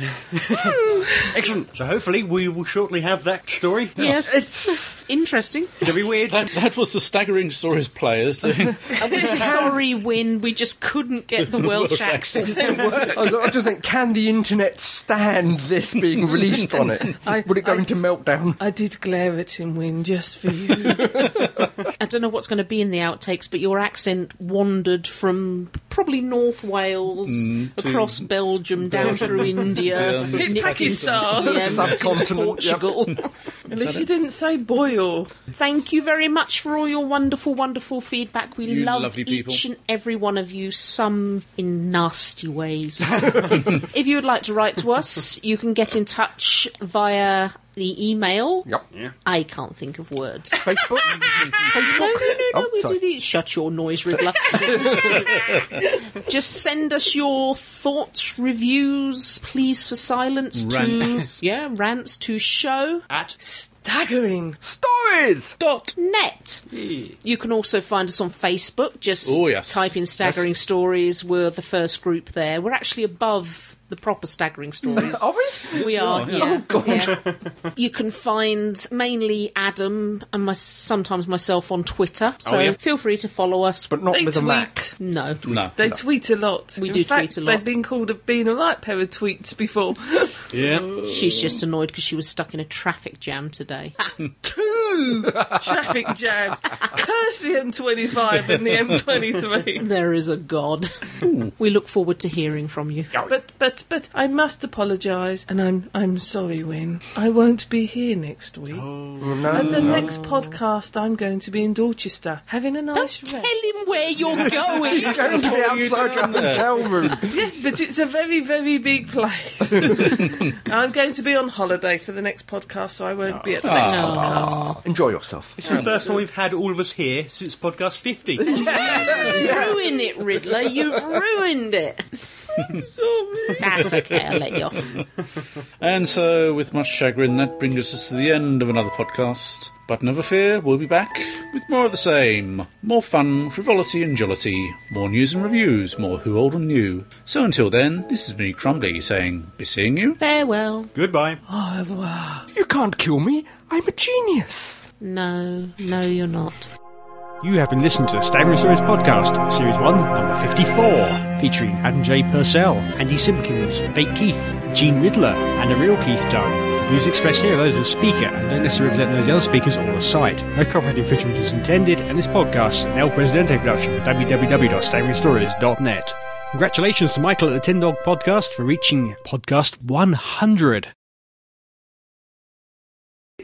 S4: Excellent. So hopefully we will shortly have that story.
S2: yes.
S6: It's
S2: Interesting.
S4: It'll be weird.
S3: That, that was the staggering stories players doing.
S2: We're sorry, Win. We just couldn't get the Welsh accent to work.
S6: I I just think, can the internet stand this being released on it?
S5: I-
S6: Would it go
S5: I-
S6: into meltdown?
S5: I did glare at him, Win, just for you.
S2: I don't know what's going to be in the outtakes, but your accent wandered from probably North Wales across Belgium, down through India,
S3: Mm, Yeah,
S2: nipped
S5: Pakistan.
S2: into- yeah, nipped into
S6: Subcontinent, yeah.
S2: Portugal.
S5: At least you didn't say boil.
S2: Thank you very much for all your wonderful, wonderful feedback. We
S3: You
S2: love
S3: lovely people.
S2: each and every one of you, some in nasty ways. if you would like to write to us, you can get in touch via the email.
S6: Yep.
S2: I can't think of words.
S6: Facebook? Facebook?
S2: No, no, no, no.
S6: Oh,
S2: we
S6: sorry.
S2: do the shut your noise, Riddler. Just send us your thoughts, reviews, pleas for silence
S3: Rants.
S2: to yeah rants to show
S5: Staggering.
S6: Stories!
S3: Dot.
S2: net. You can also find us on Facebook. Just
S3: Oh, yes.
S2: type in staggering stories. We're the first group there. We're actually above the proper staggering stories.
S6: Are Oh, we?
S2: We are, yeah. Yeah. You can find mainly Adam and my, sometimes myself on Twitter. So
S4: yeah.
S2: feel free to follow us.
S6: But not
S5: They
S6: with a
S5: tweet.
S6: Mac.
S2: no.
S3: No.
S5: They tweet a lot.
S2: We
S5: In
S2: do
S5: fact,
S2: tweet a lot.
S5: They've been called a being a right pair of tweets before.
S4: Yeah.
S2: She's just annoyed because she was stuck in a traffic jam today.
S5: Two traffic jams. Curse the M25 and the M23.
S2: there is a god. we look forward to hearing from you.
S5: But but but I must apologise, and I'm I'm sorry, Win. I won't be here next week. At the next podcast, I'm going to be in Dorchester having a nice
S2: Tell
S5: rest.
S2: him where you're going.
S6: Going to be outside your hotel room.
S5: Yes, but it's a very, very big place. I'm going to be on holiday for the next podcast, so I won't be at the next podcast.
S6: Enjoy yourself.
S4: This is the first one we've had all of us here since podcast 50.
S2: ruin it, Riddler. You've ruined it. That's okay. I'll let you off.
S3: And so, with much chagrin, that brings us to the end of another podcast. But never fear, we'll be back with more of the same. More fun, frivolity, and jollity. More news and reviews, more who old and new. So until then, this is me, Crumbly, saying, be seeing you.
S2: Farewell.
S4: Goodbye.
S5: Au revoir.
S6: You can't kill me. I'm a genius.
S2: No, no, you're not.
S4: You have been listening to the Staggering Stories Podcast, Series 1, Number 54, featuring Adam J. Purcell, Andy Simpkins, Fake Keith, Gene Riddler, and the real Keith Dunn. The views expressed here are those of the speaker and don't necessarily represent those of the other speakers or the site. No copyright infringement is intended, and this podcast is an El Presidente production at www.staggeringstories.net. Congratulations to Michael at the Tin Dog Podcast for reaching podcast 100.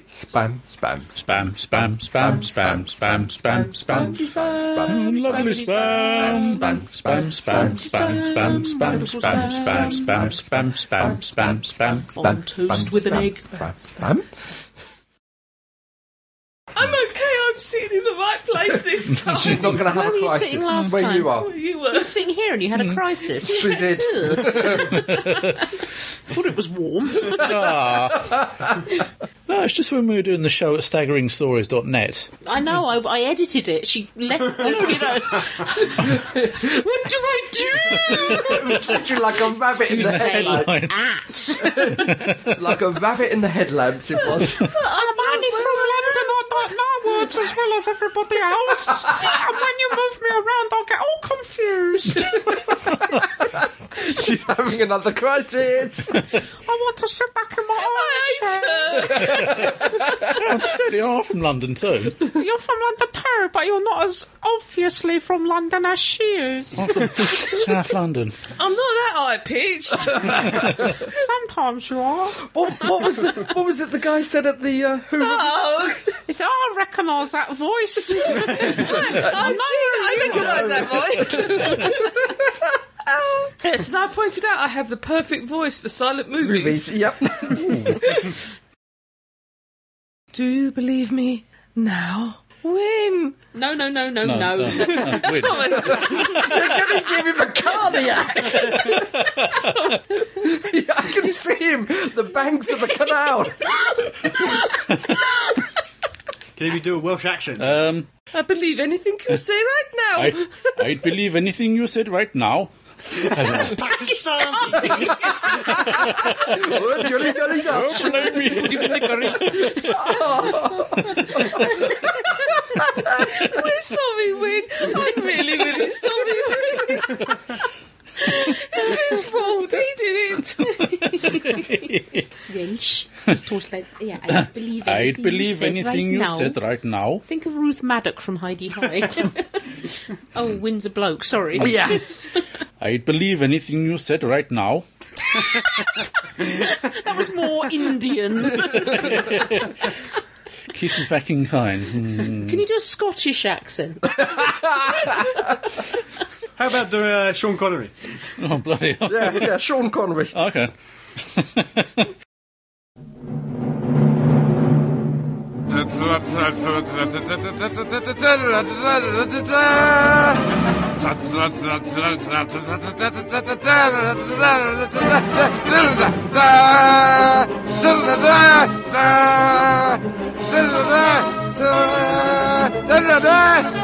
S6: Spam, spam,
S3: Spam, spam, spam, spam, spam, spam, spam, spam. Lovely spam. Spam, spam, spam, spam, spam, spam, spam, spam, spam, spam, spam, spam, spam.
S2: On toast with an egg.
S6: Spam, spam.
S5: I'm okay. I'm sitting in the right place this time.
S6: She's not going to
S2: Where
S6: have
S2: were
S6: a
S2: you
S6: crisis.
S2: sitting last
S6: where
S2: time?
S6: you are.
S5: You
S2: You
S5: were.
S2: were sitting here and you had a crisis.
S6: She did.
S2: Thought it was warm.
S3: Ah. No, it's just when we were doing the show at staggeringstories.net.
S2: I know, I, I edited it. She left me, you know. what do I do?
S6: It's literally like a rabbit in
S2: You
S6: the
S2: say
S6: headlights.
S2: at.
S6: Like a rabbit in the headlamps, it was.
S2: I'm only from London, I don't know words as well as everybody else. and when you move me around, I'll get all confused.
S6: She's having another crisis.
S2: I want to sit back in my
S3: I'm steady, you are from London too.
S2: You're from London too, but you're not as obviously from London as she is.
S3: South London.
S5: I'm not that high pitched.
S2: Sometimes you are.
S6: what, what was the, what was it the guy said at the uh, Who?
S5: oh,
S2: It's, I recognise that voice.
S5: I recognise that voice. Yes, as I pointed out, I have the perfect voice for silent movies.
S6: Movies. Yep.
S5: Do you believe me now? When?
S2: no, no, no, no, no.
S3: Oh, no, weird.
S6: You're going to give him a cardiac. Yeah, I can see him. The banks of the canal.
S4: Can you do a Welsh accent?
S3: Um,
S5: I believe anything you say right now.
S3: I, I'd believe anything you said right now.
S4: Pakistan!
S6: Oh, jolly, jolly, jolly.
S3: Don't blame me.
S5: We're sorry, Win. I'm really, really sorry, Win. it's his fault. He did it.
S2: Winch. It's totally like, yeah, I don't believe
S3: I'd
S2: anything you
S3: believe
S2: said
S3: anything
S2: right
S3: you
S2: now.
S3: said right now.
S2: Think of Ruth Maddock from Heidi High. oh, Windsor Bloke, sorry.
S6: Yeah.
S3: I'd believe anything you said right now.
S2: That was more Indian.
S3: Kisses back in kind. Hmm.
S2: Can you do a Scottish accent?
S4: How about the uh, Sean Connery?
S3: Oh, bloody hell.
S6: Yeah, yeah, Sean Connery.
S3: Okay.
S9: Thank